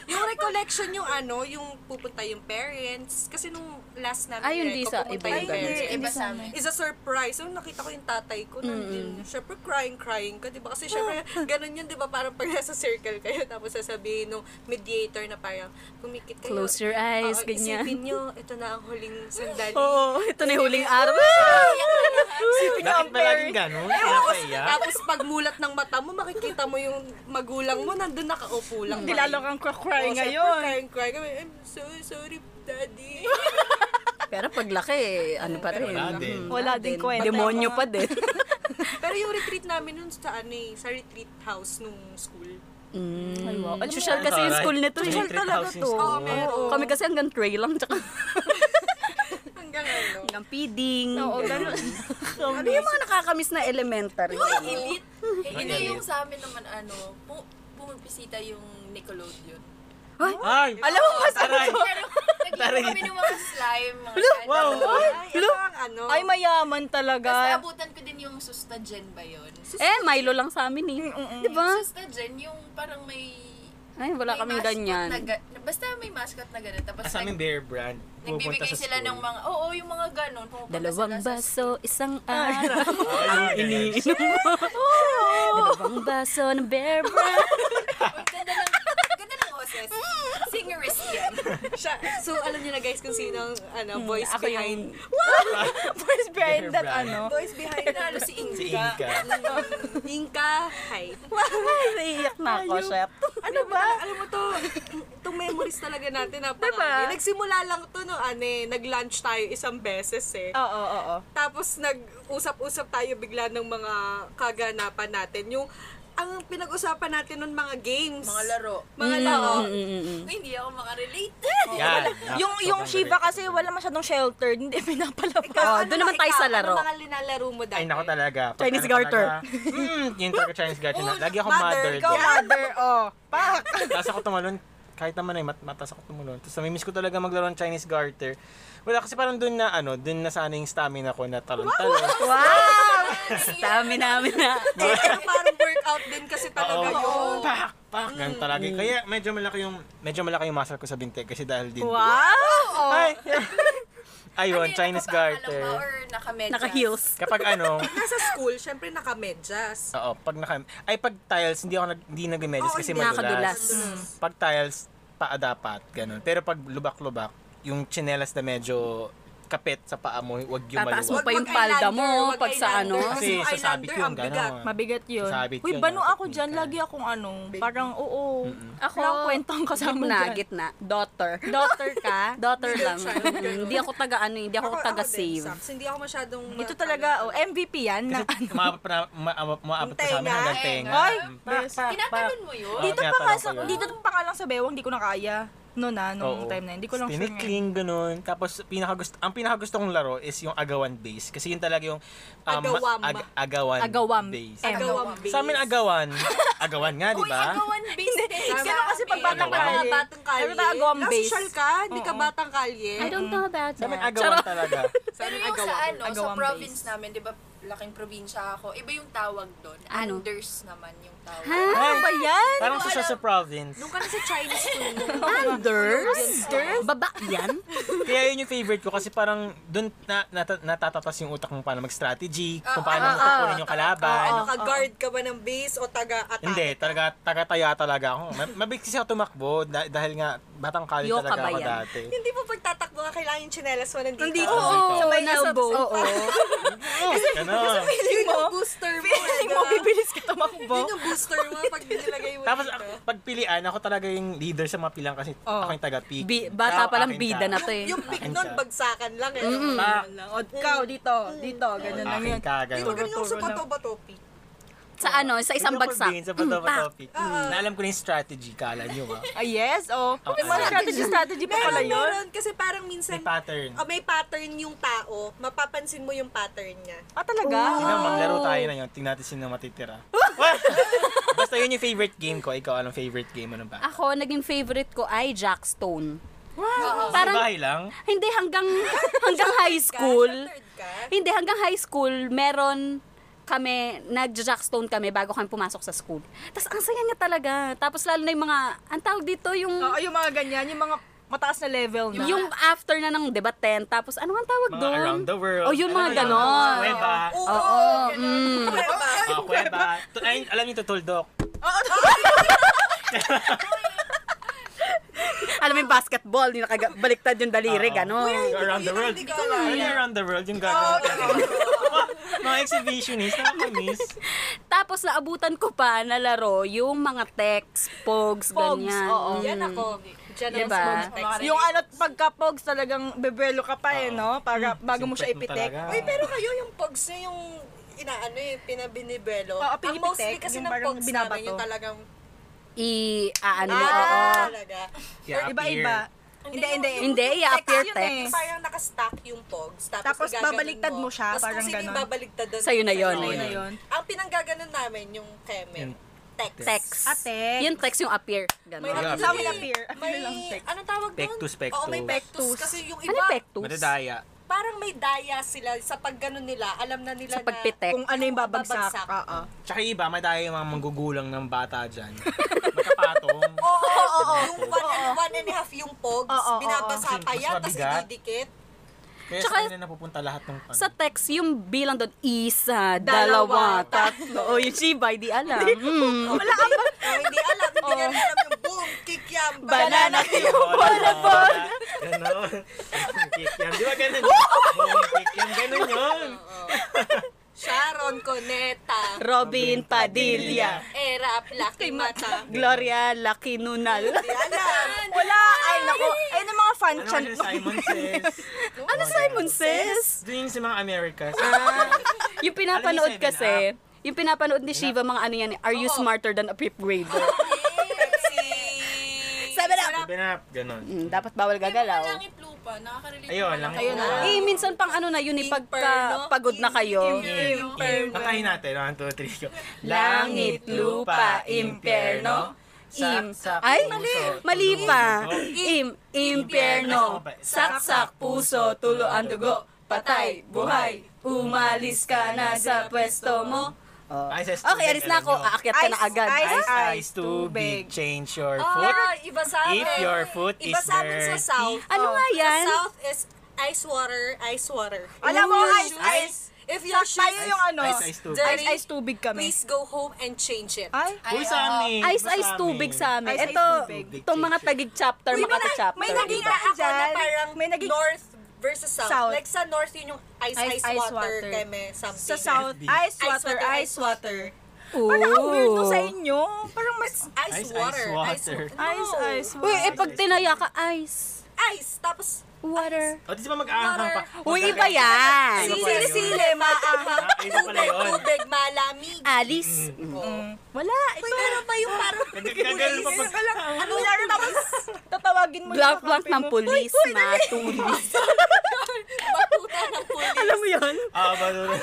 Yung recollection yung ano, yung pupunta yung parents. Kasi nung last namin,
Ay, hindi
reco,
sa
pupunta
iba yung
yung
ganun.
parents.
Iba sa amin.
It's a surprise. So, nakita ko yung tatay ko. Nandiyan. Siyempre, crying-crying ka, di ba? Kasi siyempre, ganun yun, di ba? Parang pag nasa circle kayo, tapos sasabihin nung mediator na parang, kumikit kayo.
Close your eyes,
Oo,
ganyan. Oh.
Isipin nyo, ito na ang huling sandali.
Oo, ito na yung huling araw.
Bakit ba laging ganun? Nakakaiya.
Tapos pagmulat ng mata mo, makikita mo yung magulang mo, nandun nakaupo lang.
Hindi lalo kang cry
Oo, syempre,
ngayon.
Crying-crying kami. I'm so sorry, daddy.
Pero paglaki, ano pa rin.
wala din.
mm,
Wala din kwenta.
Demonyo pa din.
Pero yung retreat namin nun sa ano eh, sa retreat house nung school.
mm.
Ay, wow. Alam mo,
Social kasi yung
Alright.
school nito. eh.
Social
talaga
housing
to.
school.
Oo, meron.
Kami kasi hanggang tray lang, tsaka
Hanggang ano.
hanggang feeding.
Oo, ganun.
Ano yung mga nakakamiss na elementary?
Elite. Eh, Hindi yung sa amin naman ano, pu- pumibisita yung Nickelodeon.
Ay!
Alam mo, mas
Aray!
Pero nag-iwan kami ng mga slime, mga ganun.
Wow!
Ay, ito ang ano.
Ay, mayaman
Tapos
talaga.
naabutan ko din yung sustagen ba yun?
Eh, Milo lang sa amin eh. Di ba?
Sustagen, yung parang may...
Ay, wala
may
kaming
mascot
ganyan.
na ga- basta may mascot na ganun. Tapos
Sa aming
nag-
bear brand. Pupunta
nagbibigay
sa
sila ng
school.
mga... Oo, yung mga ganun. Pumupunta
Dalawang
sila sa
baso, isang araw.
Ang iniinom.
Dalawang baso ng bear brand.
Ang ganda ng, ang ganda ng boses. Singerist yan.
siya. So, alam niyo na guys kung sino ang ano, voice
Ako
behind.
yung...
First behind that
Brand.
ano.
Voice behind
Nalo si Inga.
Si Inka.
Inka. Hi.
Naiiyak na ako, chef.
Ano ba? Diba? Alam mo to, itong memories talaga natin napakarami. Nagsimula lang to no, ane, nag-lunch tayo isang beses eh.
Oo, oo, oo.
Tapos nag-usap-usap tayo bigla ng mga kaganapan natin. Yung ang pinag-usapan natin nun mga games.
Mga laro.
Mga laro.
Ay, hindi ako makarelate.
Yan.
Yung, yung Shiva kasi wala masyadong shelter, hindi pinapalabas.
Oh, doon naman tayo sa laro.
Ano mga linalaro mo dati?
Ay, nako talaga. Pag
Chinese
ano
garter.
talaga, Mm, yung talaga Chinese garter. na. Lagi ako
Oh, mother,
mother.
ikaw mother, oh. Pak!
Tapos ako tumalon, kahit naman ay mat matas ako tumalon. Tapos namimiss ko talaga maglaro ng Chinese garter. Wala kasi parang dun na ano, dun na sana yung stamina ko na talon-talon.
Wow! Dami namin na.
Eh, pero parang workout din kasi talaga yun.
Oo, pak, pak, ganun talaga. Kaya medyo malaki yung, medyo malaki yung muscle ko sa binte kasi dahil din.
Wow!
Ay, ayun,
Ano yun,
Chinese
nakapaalam
garter.
ba or nakamedyas?
Naka-heels.
Kapag ano,
Nasa school, syempre nakamedyas.
oo, pag naka, ay pag tiles, hindi ako nag, hindi nag-medis
Oo,
kasi
hindi
madulas.
nakadulas.
Pag tiles, paa dapat, ganun. Pero pag lubak-lubak, yung chinelas na medyo kapit sa paa mo, wag yung maluwag.
Tataas mo pa
Wag-
yung
wag
palda mo
eyeliner, wag
pag sa ano.
eyeliner.
Kasi
Kasi yung
sasabit
eyeliner
yun,
ang bigat.
gano'n.
Mabigat yun.
Sasabit
Uy,
yun,
banu
nakapag-
ako dyan. Lagi akong ano, parang oo.
Ako,
Walang kwentong kasama
gitna,
dyan.
gitna. Daughter.
Daughter ka?
Daughter lang.
child,
Mm, Hindi ako taga ano, hindi ako taga
din,
save.
Saks. Hindi ako masyadong...
Ito talaga, oh, MVP yan. Na,
Kasi umaabot pa na- umaabot- umaabot pa sa amin
Tenga.
hanggang tenga. Mm.
Ay!
Tinatanong mo yun?
Dito
kaya
pa nga,
tanong
sa,
ko yun.
dito pa nga lang sa bewang, di ko na kaya. No na, nung time na yun. Di ko lang sure ngayon.
Tinikling, ganun. Tapos, pinakagusto, ang pinakagusto kong laro is yung agawan base. Kasi yun talaga yung... um,
Agawam.
ag- agawan,
Agawam.
base.
Eh,
Agawang base.
Sa amin, agawan. agawan nga, di
Uy,
ba?
agawan based din.
Tama.
Ganun kasi pag
Ano
batang
ba?
kalye.
Batang kalye.
Ano ba agawang
Nasa
base?
social ka? Hindi ka batang kalye?
don't know about
Sa amin, agawan talaga.
Pero yung sa
Agawang.
ano, sa
Agawang
province
base.
namin, di ba, laking probinsya ako, iba yung tawag doon.
Ano?
Anders naman yung tawag.
Ha?
Ano ba yan?
Parang sa sa province.
Doon ka na sa Chinese school mo.
Anders? Baba yan?
Kaya yun yung favorite ko kasi parang dun na, nata- natatatas yung utak mo paano mag-strategy, kung paano mo kukunin yung kalaban.
Ano ka, guard ka ba ng base o taga-atake?
Hindi, talaga, taga-taya talaga ako. Ma- Mabig kasi ako tumakbo da- dahil nga batang college
Yoka
talaga
ba
ako
yan?
dati.
Hindi po pagtatakbo ka, kailangan yung chinelas mo nandito.
Hindi.
Oo.
Oo,
may
nasa-
elbow.
Oo.
Ganun.
Yun yung booster mo. eh,
Feeling mo, bibilis kita tumakbo.
Yun yung booster mo pag nilagay mo
Tapos
dito.
ak- pagpilian, ako talaga yung leader sa mga pilang kasi ako yung taga-pick.
Oh. Bi- bata
Ikaw,
pa lang
akin
bida
ka.
na to eh.
Yung pick nun, bagsakan lang eh.
Ah,
O, oh, ikaw, dito, dito, ganun lang
Akin
yun.
ka,
Hindi mo
ganun.
ganun yung sa bato-bato pick.
Sa ano, sa isang bagsak. Mm.
Sa bato topic. Naalam ko na yung strategy, kala nyo ah.
Ah, yes, oh.
Oo.
Mga strategy, strategy pa
Meron,
pala yun.
meron. Kasi parang minsan,
May pattern.
oh, may pattern yung tao, mapapansin mo yung pattern niya.
Ah, talaga?
Tingnan, maglaro tayo na yun. Tingnan natin sino matitira. Basta yun yung favorite game ko. Ikaw, anong favorite game? Ano ba?
Ako, naging favorite ko ay Jackstone.
Sa
Parang,
bahay lang?
hindi hanggang hanggang high school.
Ka, sheltered ka.
Hindi, hanggang high school, meron kami, nag-jackstone kami bago kami pumasok sa school. Tapos ang saya niya talaga. Tapos lalo na yung mga, ang tawag dito, yung,
Oo, yung Ah, mga ganyan, yung mga mataas na level na.
yung after na ng, di ba, 10, tapos ano ang tawag
Mga
doon?
around the world.
Oh, yung
Ano
mga
yun?
ganon.
Kuweba.
Oo, ganun. Kuweba.
Oh, kuweba. Tu- Ay, alam niyo to, tuldok.
Alam mo yung basketball, yung nakabaliktad yung ano? daliri,
Oo.
gano'n.
Yung around the world.
Hindi ko alam.
Ano yung around the world? Yung gagawin. Mga- Mga exhibitionist, nakakamiss.
Tapos naabutan ko pa na laro yung mga text, pogs,
Pogs,
ganyan.
oo.
Mm.
Yan ako. Diyan ako
Diba?
sa mga text.
Yung ano, pagka-pogs talagang bebrelo ka pa eh, no? Para bago mo
Ah,
siya
Simple mo
ipitik.
talaga.
Uy, pero kayo yung pogs na yung inaano eh, pinabinibelo.
Oo,
Ang mostly
pinipitek,
kasi
yung
ng
parang
pogs
binabato.
namin yung talagang
I, aano,
ah,
oo.
talaga.
Yeah,
Iba-iba.
appear.
Hindi, hindi.
Hindi, i-appear
yun eh.
text.
Parang nakastack yung pogs. Tapos,
Tapos
gaganon
babaligtad mo siya,
Tapos
parang
kung sino yung
ganon.
babaligtad doon.
Sa'yo na
ano
yun,
sa'yo
ayun.
Ang pinanggaganon namin yung
Yung
keme. Text.
Text.
Ah, text.
Yung text yung appear. Ganun.
May
Wala.
ano
Sa
yun
amin,
eh,
appear.
May,
Ano lang text?
anong tawag doon?
Pectus, pectus.
Oo, may pectus. Kasi yung
Ano
iba,
pectus?
Madadaya.
parang may daya sila sa pagganon nila. Alam na nila
Sa pagpitek.
Kung ano yung babagsak.
Babagsak.
Oo.
Tsaka yung iba, madaya yung mga manggugulang ng bata dyan. Magkapatong.
Oo, oo, oo. Yung one, and, Diba? one and a half yung pogs,
Oo, oo,
binabasa
oo.
pa yan, tapos
Mabigat.
ididikit.
Kaya
Tsaka-
sa kanila napupunta lahat ng ano.
Sa text, yung bilang doon, isa, dalawa,
Dalawa,
tatlo. O, yung Shiba, di alam. Mm.
Wala ka ba? Oh, hindi alam, hindi nga rin alam yung boom, kick yan,
Banana cue.
Bola, bola. Ganon. Kick yan. Di ba ganun yun? Kick yan. Ganun yun.
Sharon Coneta,
Robin Padilla.
Era Lucky Mata.
Gloria Lakinunal.
Hindi alam.
Wala! Ay, naku. Ay, ng mga fan
Ano
chant.
kasi Simon Says?
ano Simon says?
Doon yung sa mga Americas.
Yung pinapanood
Alam niyo,
kasi,
Seven
yung pinapanood ni Shiva, mga ano yan, eh, are you smarter than a fifth grader?
Si...
Sabi na,
Open up. Ganon.
"Mm, dapat bawal
Yung
gagalaw.
langit lupa, nakakarelate
Ayun,
naman
langit
ako.
lupa.
Eh, minsan pang ano na yun, eh, pagka
Imperno.
pagod na kayo.
Impyerno. Patayin natin. 1, 2, 3, go.
Langit, lupa, impyerno. Im,
Saksak,
ay,
puso,
mali, mali pa.
tulungan ko.
Im, impyerno. Saksak, puso, tulo ang dugo. Patay, buhay, umalis ka na sa pwesto mo. Oh.
Ay, sa student,
Okay, alis na
alam
ako.
nyo.
Aakyat ka na
Ice,
agad.
ice,
Ice.
Ice, ice,
Ice,
tubig,
tubig.
change your foot.
Ah, iba sa amin.
If your foot is
Iba sa amin sa
dirty.
south. Oh,
Ano nga yan?
Sa south is ice water, ice water.
Alam
If
mo,
your
ice,
shoes-
ice.
If your shoes,
Tayo yung ano.
Ice, ice, tubig.
Ice,
dirty,
ice tubig kami.
please go home and change it.
Ay,
Ay,
Uy, sa
oo.
amin.
Ice
iba
Ice Tubig sa amin.
Ice Ice
Ito,
Tubig.
itong mga tagig chapter,
Uy, may
Makati
na-
chapter.
may naging
iba.
Nakita ako na
dyan,
parang
may naging-
north versus south.
South.
Like sa north yun yung ice,
Ice,
ice,
ice
water,
water.
keme something.
sa south, ice water, ice water.
Ooh.
Parang ang weird
Oh.
to sa inyo. Parang mas...
Ice,
ano.
Ice, ice
water.
water.
wa- no.
Ice, ice,
Uy,
water.
eh, pag tinaya ka, ice.
Ice. Tapos,
Water.
O, di ba mag-aahang pa?
Uy, iba yan.
Iba pa yun.
sili-sili, maahang,
Ah, iba pala
tubig,
yun.
tubig, malamig.
Alice.
Oo.
Wala.
Uy, meron pa yung parang
Nagkaganon pa pag...
Ano yan? Tapos, tatawagin mo
Blank
yung
blank
kakampi
ng
mo.
pulis, matulis.
batuta ng pulis.
Alam mo yun?
Ah, ba-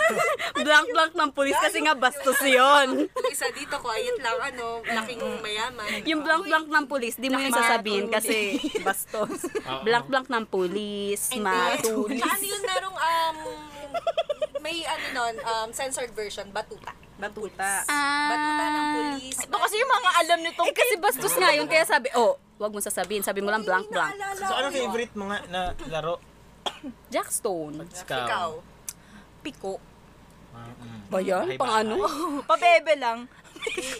Blank blank ng pulis kasi nga bastos yun.
Yung isa dito, quiet lang, ano, laking mayaman.
Yung blank blank ng pulis, di mo yun sasabihin kasi bastos.
Oo.
Blank blank ng pulis, matulis.
Saan yun merong, um, may ano nun, um, censored version, batuta.
Batuta.
Batuta ng
Ah.
pulis.
Ito kasi yung mga alam nitong...
Eh kasi bastos nga yun, kaya sabi, oh, wag mo sasabihin, sabi mo lang blank blank.
Naalala
So,
ko
ano
yun.
favorite mga na laro?
Jackstone.
Ikaw.
Piko.
Ah, mm.
Ba yan?
Bahay-bahay.
Pang ano?
Pabebe lang.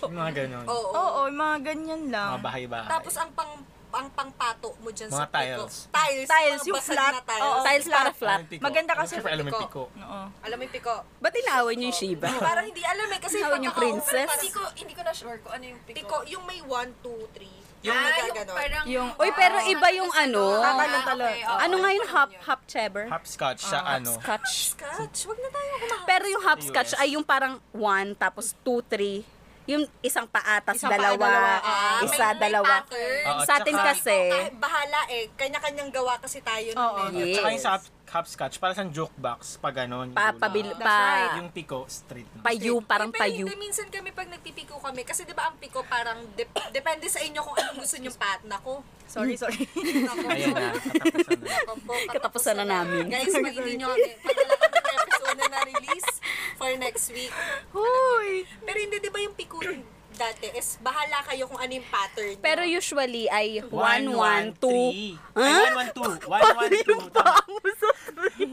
Yung Mga ganon.
Oo.
Oo, yung mga ganyan
Mga
lang.
bahay-bahay.
Tapos ang pang ang pangpato mo dyan
Mga
sa piko.
tiles.
Tiles.
Tiles,
mga
yung
basag
flat.
na tiles.
Oo.
Tiles para flat.
Alam yung piko.
Maganda kasi
Siyempre, alam yung piko.
Oo.
Alam mo yung piko?
Ba't inaaway niyo yung Shiba?
Parang hindi alam eh. Kasi
Hawin yung
pagkakaupo,
princess.
parang
Hindi ko, hindi ko na sure kung ano yung piko.
Piko, yung may 1, 2, 3. Yung
Ah,
nagaganon.
parang-
Yung- ah,
Uy, pero iba yung ano.
Tatalon-talon.
Ah, okay, oo.
Ano nga yun? Hop,
yun.
hop chever?
Hopscotch sa
Ah,
ano.
Scotch.
Scotch, wag na tayo kumakain.
Pero yung hopscotch
US.
ay yung parang one, tapos two, three. Yung isang paa, tapos
Isang paa,
dalawa,
dalawa.
Ah,
isa,
may- may
dalawa.
pattern.
Oo,
sa atin
tsaka-
kasi,
Kahit bahala eh. Kanya-kanyang gawa kasi tayo
Oo.
nun eh.
Yes.
At saka yung sa hop- hopscotch, para sa joke box, pa ganon. yung
pa,
dulo.
pabil,
That's
pa,
right.
Yung piko, street. na.
payu, parang
Eh, pero
payu.
hindi, minsan kami pag nagpipiko kami, kasi di ba ang piko parang dep- depende sa inyo kung anong gusto niyong pat. Nako.
Sorry, sorry.
Nako.
Ayan na, katapusan na.
Opo,
Katapusan na namin.
Guys, pag hindi nyo kami, pag wala kami episode na na-release for next week.
Hoy!
Pero hindi, di ba yung pikun dati is bahala kayo kung ano yung pattern.
Pero
nyo.
usually ay 1, 1, 2.
112. Ay, 112. 112. Tama.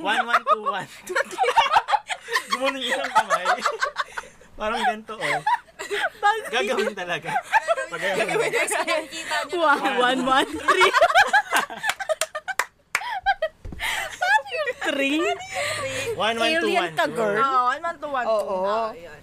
1121. Gumawa ng isang kamay. Parang ganito, oh. Gagawin talaga. Gagawin.
Guys, kung nakikita nyo,
One.
1, 1, 3. Three? Alien ka,
1121.
girl.
Oo, Ah, one man to one Ah,
Oo.
to.
Oo, yun.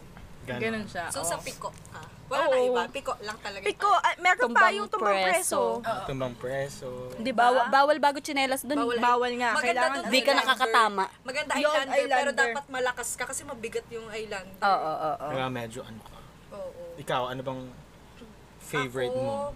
Ganun.
Ganun siya.
So,
oo.
sa piko. Ah, wala na
Oo.
iba. Piko lang talaga. yung
Piko, ah, meron
Tumbang
pa yung tumbang preso.
Tumbang preso.
Di
Bawal,
ba?
bawal bago chinelas dun.
Bawal, bawal nga.
Maganda
Kailangan
dun,
Di ka
eyelander.
nakakatama.
Maganda
Yung
eyelander, pero
eyelander.
dapat malakas ka kasi mabigat yung eyelander.
Oo, oo, oo.
Kaya medyo ano ka.
Oo.
Ikaw, ano bang favorite
Ako,
mo?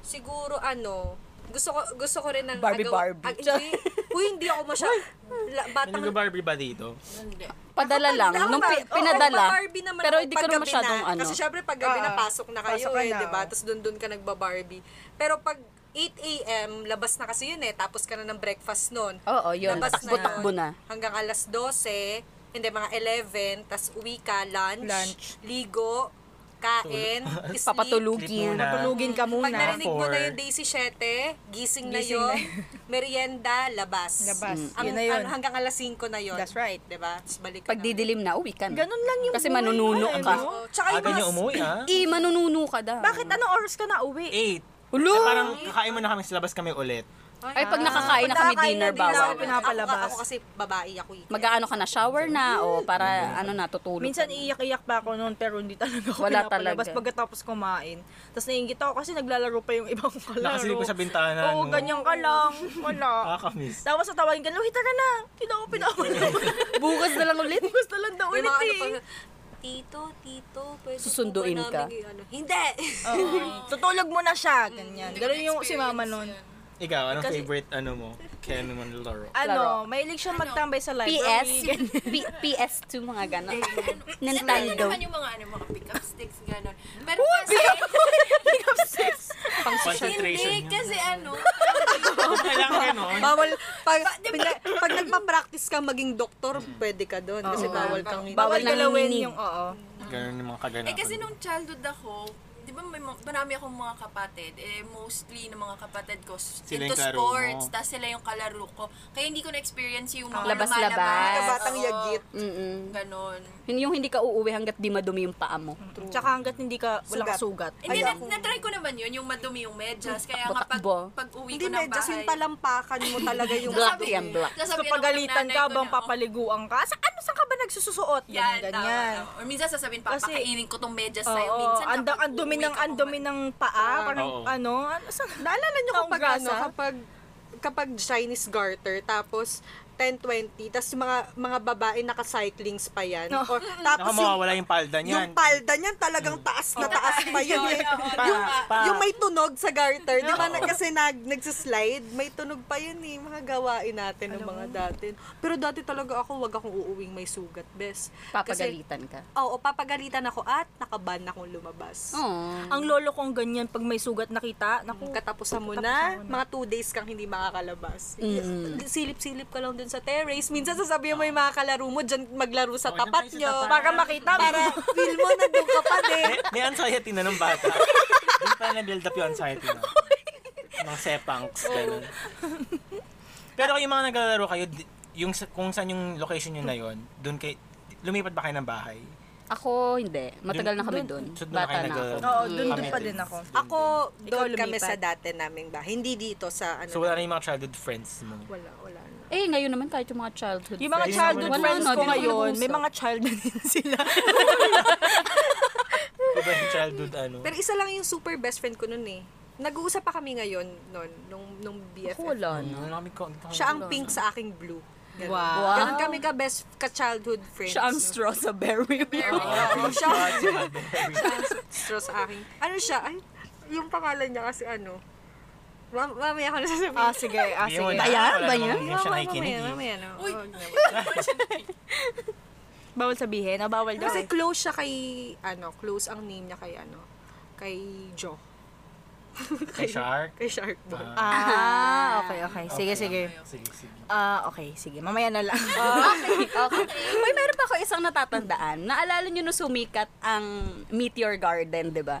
Siguro ano, gusto ko gusto ko rin ng
Barbie
agaw-
Barbie.
Ag, hindi, Uy, hindi ako masyado
Ano
batang
yung Barbie ba dito?
Hindi.
Padala lang.
Ako,
Nung pi-
oo,
pinadala.
nagba-Barbie naman
Pero
ako
hindi ko
paggabi
rin masyadong
na.
ano.
Kasi syempre pag gabi
Oo.
na pasok na kayo
Pasok ka
eh,
na,
'di ba?
oo.
Tapos doon doon ka nagba-Barbie. Pero pag 8 a.m. labas na kasi yun eh. Tapos ka na ng breakfast noon.
Oo, yun.
Labas
Takbo-takbo na.
yun. Hanggang alas 12, hindi mga 11, tas uwi ka, lunch,
Lunch.
ligo, kain, sleep.
Papatulugin.
Sleep muna.
Tulugin ka muna.
Pag narinig mo
Four.
na yung Daisy 7, gising na
Gising
yun,
na
merienda, labas.
Labas.
Ang,
Yun na yun.
ang- hanggang alas 5 na yun.
That's right.
Diba? Tapos balik ka
Pag
na.
didilim na, uwi ka na.
Ganun lang yung
Kasi
buhay
manununo
nila, eh,
ka.
no?
Oo. Tsaka yung
Aga
mga
niyo umuwi, ha?
I, manununo ka daw.
Bakit anong oras ka na uwi?
8.
Hulo!
Eh, parang kakain mo na kami sa labas kami ulit.
Ay, pag nakakain na
Pag
kami
nakakain
dinner,
na
Hindi na
bawal.
ako
pinapalabas.
Ako, ako kasi babae ako. eh.
Mag-ano ka na, shower na, o para ano na, tutulog.
Minsan
ka na.
iiyak-iyak pa ako noon pero hindi talaga ako
Wala
pinapalabas
talaga.
pagkatapos kumain. Tapos naiingit ako kasi naglalaro pa yung ibang kalaro.
Nakasilip ko sa bintana.
Oo,
no?
ganyan ka lang. Wala.
Nakakamiss.
Tapos tatawagin ka, Lohita ka na! Hindi ako pinapalabas.
Bukas na lang ulit.
Gusto lang daw
May
ulit
mga ano
eh.
pa, Tito, tito, pwede po
Susunduin
ba
ka.
namin i- ano?" Hindi!
Oo. Tutulog mo na siya, ganyan. Ganun yung si mama nun.
Ikaw, anong
Kasi-
favorite ano mo? Kaya naman laro.
Ano, mahilig siya magtambay sa
PS,
library.
P- PS2 mga gano'n.
Nintendo.
Nintendo.
naman yung mga ano, mga pick-up sticks, gano'n. Pero kasi, hindi,
Concentration. niya.
kasi ano,
Kailangan ganun.
Bawal, pag, pina, pag nagpa-practice ka maging doktor, pwede ka doon. Kasi bawal kang
Bawal na nanginig.
yung oo.
Ganun yung mga kaganapan.
eh kasi nung childhood ako, di ba may mga- marami akong mga kapatid, eh mostly ng mga kapatid ko s-
Sila yung
into
kalaro
sports,
mo.
tas sila yung kalaro ko. Kaya hindi ko na-experience yung mga
Labas-labas.
lumalabas.
Kabatang
Oo,
yagit.
Mm-mm.
Ganon.
Yun Yung hindi ka uuwi hanggat di madumi yung paa mo.
Tsaka hanggat hindi ka, walang sugat.
Hindi, na, na-try ko naman yun, yung madumi yung medyas. Kaya nga pag,
Takbo-takbo.
pag uwi
Hindi
ko ng
medyo
bahay.
yung palampakan mo talaga yung
Black yan, black.
So,
sasabihan ako ng
pagalitan
nanay
ka,
ko
bang
na, "Oh,
papaliguan ka? Sa ano, saan ka ba nagsususuot? Yan, ano.
Yan,
ganyan.
Tama, tama. Or minsan sasabihin pa,
Kasi-
pakainin ko tong medyas
Oo,
sa'yo. Minsan
ang,
kapag
ang dumi
uuwi
ng,
ka
ang dumi
kumain.
ng paa, parang
Oo.
ano, ano, sa, naalala niyo kung
kapag ano,
grasa?
kapag kapag Chinese garter tapos 10-20, tapos yung mga mga babae naka-cyclings pa yan. Or,
Ako
tapos yung,
mawawala yung palda
yung
niyan.
palda niyan talagang taas na taas pa yun eh.
Pa,
yung,
pa.
yung may tunog sa garter, di ba na, kasi nag, nagsislide, may tunog pa yun eh. Mga gawain natin ng mga dati. Pero dati talaga ako, wag akong uuwing may sugat, bes. Kasi,
Papagalitan ka.
oo, papagalitan ako at nakaban akong lumabas.
Oh.
ang lolo kong ganyan, pag may sugat nakita, naku,
katapusan mo na, mga two days kang hindi makakalabas. Silip-silip ka lang dun sa terrace. Minsan sasabihin mo yung mga kalaro mo, dyan maglaro sa
Oh, dyan
tapat
kayo sa
nyo.
tapat.
para makita mo.
Para feel mo na doon ka pa din.
may, may anxiety na nung bata. Doon pa na-build up yung anxiety na. Mga sepangs, ganun. Pero yung mga naglalaro kayo, di- yung sa- kung saan yung location nyo na yun, doon kay lumipat ba kayo ng bahay?
Ako, hindi. Matagal na kami doon.
So, doon na
Bata
kayo
na ako.
nag-
Oo, dun, dun pa
Kami
din ako.
Ako, doon
lumipat.
kami sa dati naming ba. Hindi dito sa ano.
So wala na yung mga childhood friends mo.
wala, wala na.
Eh, ngayon naman kahit yung mga childhood
Yung mga
Friends.
childhood
Wala
friends
na, di
ko
na kami
ngayon, may
nag-uusap.
mga child na din sila.
Iba yung childhood ano.
Pero isa lang yung super best friend ko nun eh. Nag-uusap pa kami ngayon nun, nung, nung BFF.
Ako wala na.
Ano, kami ko-
Siya ang pink sa aking blue. Ganun.
Wow.
Ganun kami ka best ka-childhood friends.
Siya ang straw sa berry.
Oo, siya.
Strawberry.
Straw sa akin. Ano siya? Ay, yung pangalan niya kasi ano? Mam- mamaya ko na sasabihin.
ah, sige, ah,
Hindi mo
sige.
na-
Kaya?
wala
Ba
namang-
yan?
hindi siya
mamaya,
nakikinig.
mamaya,
eh.
mamaya, no?
Uy.
Oh, no.
Bawal sabihin, ah, bawal daw.
Kasi
eh.
close siya kay, ano, close ang name niya kay, ano, kay Jo.
Kay Shark.
Kay Sharkboy.
Ah,
Ah, okay, okay. Sige, sige.
sige, sige.
Ah, okay. Sige, mamaya na lang.
Okay, okay. May meron pa ako isang natatandaan. Naalala nyo nung sumikat ang Meteor Garden, di ba?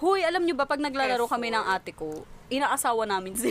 Huy, alam nyo ba, pag naglalaro kami ng ate ko, inaasawa namin si...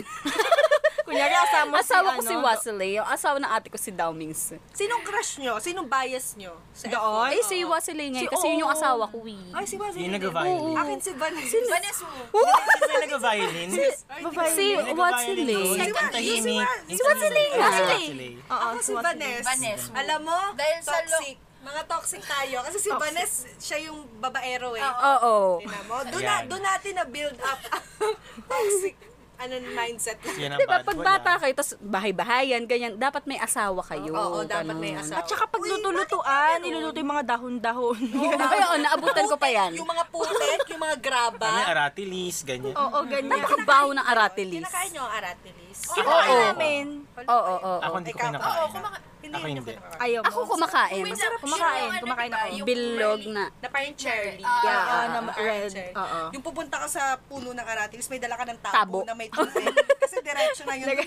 Kunyari, asawa, mo
asawa ko si
ano,
Wasley, yung asawa ng ate ko si Dowmings.
Sinong crush nyo? Sinong bias nyo? Sa
Doon?
Ay, si Wasley ngayon, kasi yun yung asawa ko, eh.
Ay, si Wesley.
Yung nag-violin.
Akin si Vanessa.
Vanessa Wu.
Sino yung nag-violin?
Si
Yung
Wasley.
nag-violin? Yung
Second,
tahimik.
si
Yung
Wesley
tahimik.
nga.
Ah, si
Wesley.
Wesley.
Oo,
Ako si Vanessa.
Vanessa.
Alam mo,
Dahil sa lo-
toxic. Mga toxic tayo. Kasi si Vanessa, siya yung babaero eh.
Oo.
Oo.
Tingnan mo. Doon na,
Ayan.
doon natin na-build up ang toxic ano, mindset.
Yun ang
Di ba,
bad
pag
boy,
bata
ah.
kayo, tapos bahay-bahayan, ganyan, dapat may asawa kayo.
Oo, dapat may
ganun.
asawa.
At saka pag luto-lutuan, niluluto yung mga dahon-dahon.
Ay, oo, naabutan ko pa yan.
Yung mga putek, yung mga graba.
Ano, aratilis, ganyan.
Oo, ganyan.
Napakabaho ng aratilis.
Kinakain nyo ang aratilis.
Kinakain
Oo.
namin.
Oo, oo, oo.
Ako hindi ko
Ikaw,
kinakain.
Oo, kumaka-
Ako
yun
hindi.
kinakain.
Ayaw mo.
Ako kumakain.
ano,
Kumakain, kumakain ako.
Bilog na.
Na parang cherry.
Ah,
Yeah,
ah,
ah,
na
ah,
red.
cherry.
Oo.
Yung pupunta ka sa puno ng aratilis, may dala ka ng
Tabo.
tabo, na may tubig. kasi diretso na yun.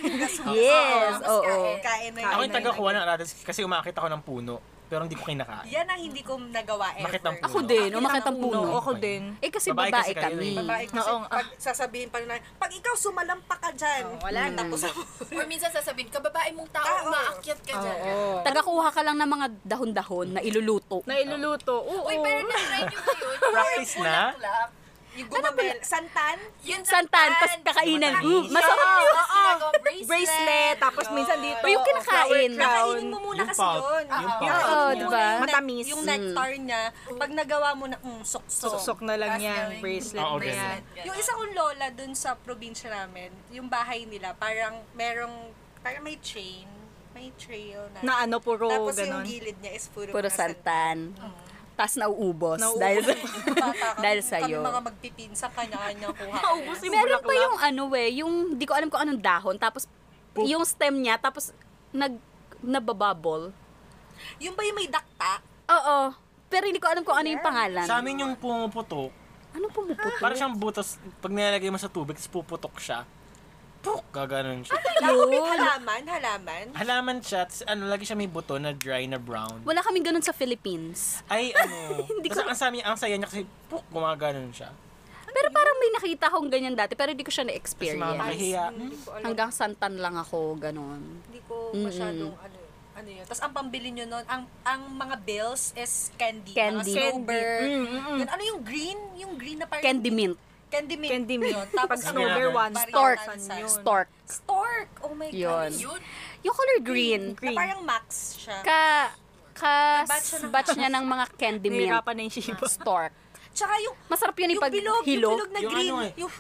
Yes,
Tapos
oo.
kain, Kain na yun.
Ako yung taga-kuha ng aratilis kasi umakit ako ng puno. Pero hindi ko kinakain.
Yan ang hindi ko nagawa ever.
Bakit ang puno?
Ako din, umakit ang puno.
Oo, ako din.
Eh kasi
Babae
babae,
kasi kayo
kami.
eh.
Babae kasi,
Oo,
pag sasabihin pa na, pag ikaw sumalampa ka dyan, wala na. Tapos ako.
Or minsan sasabihin, kababae mong tao,
Ah, oo.
umaakyat ka dyan.
Tagakuha ka lang ng mga dahon-dahon na iluluto.
Na iluluto. Oo.
Uy, pero na-try nyo ba yun?
Practice na?
Bulaklak.
Yung gumamel, santan,
Yun
Santan, tas kakainan. Mm, masarap.
Oo, ginagawang bracelet.
Bracelet, tapos minsan dito.
Pero yung kinakain.
kakainin mo muna
Yung
kasi
pulp.
yun.
Yung pulp.
Oo,
Kakainin mo
diba?
muna yung
Matamis.
ne- Yung nectar niya, pag nagawa mo na, mm, sok-sok.
Susok na lang
Tas
yan.
gawing
Bracelet
Ah,
Oo,
na
ganyan.
yan.
Yung isa kong lola dun sa probinsya namin, yung bahay nila, parang merong, parang may chain, may trail na.
Na ano, puro
Tapos yung
ganon.
gilid niya is puro,
Puro
mga
santan. Tapos nauubos.
Nauubos.
Dahil,
Bata kami,
dahil sa'yo.
Kami mga magpipinsa, kanya-kanya kuha.
Naubos yung
Meron pa
bulaklak.
yung ano eh, yung di ko alam kung anong dahon. Tapos yung stem niya, tapos nag nababubble.
Yung ba yung may dakta?
Oo. Pero hindi ko alam kung ano yung pangalan.
Sa amin yung pumuputok,
Ano pumuputok?
Parang siyang butas, pag nilalagay mo sa tubig, tapos puputok siya. Puk! Gaganon siya.
Yung halaman, halaman.
Halaman siya, tapos ano, lagi siya may buto na dry na brown.
Wala kaming ganun sa Philippines.
Ay, ano. Tapos ang, sami, ang saya niya kasi, puk! Gumaganon siya.
Pero parang may nakita akong ganyan dati, pero hindi ko siya
Tapos mga hmm,
na-experience.
makahiya.
Hindi ko alam.
Hanggang santan lang ako, ganun.
Hindi ko masyadong ano yun. Ano yun. Tapos ang pambili nyo nun, ang, ang mga bills is candy.
Candy.
Mga snowbird.
Candy.
Mm, mm, mm. Yun, ano yung green? Yung green na parang...
Candy mint.
Candy mint.
Candy mint.
Yun. Tapos
Pag
ano,
snowbird,
Ganyan.
one
Parang
stork.
tansan.
Yun.
Stork.
Stork. Oh my
Yun.
God.
Yun.
Yung color green.
Na parang max siya.
Ka, ka
Batch siya ng-
batch niya ng mga candy mint.
Nahirapan na yung shiba.
Stork.
Tsaka yung...
Masarap yun
Yung
ipag
bilog,
hilo.
yung bilog na
Yung
green.
ano eh.
Yung,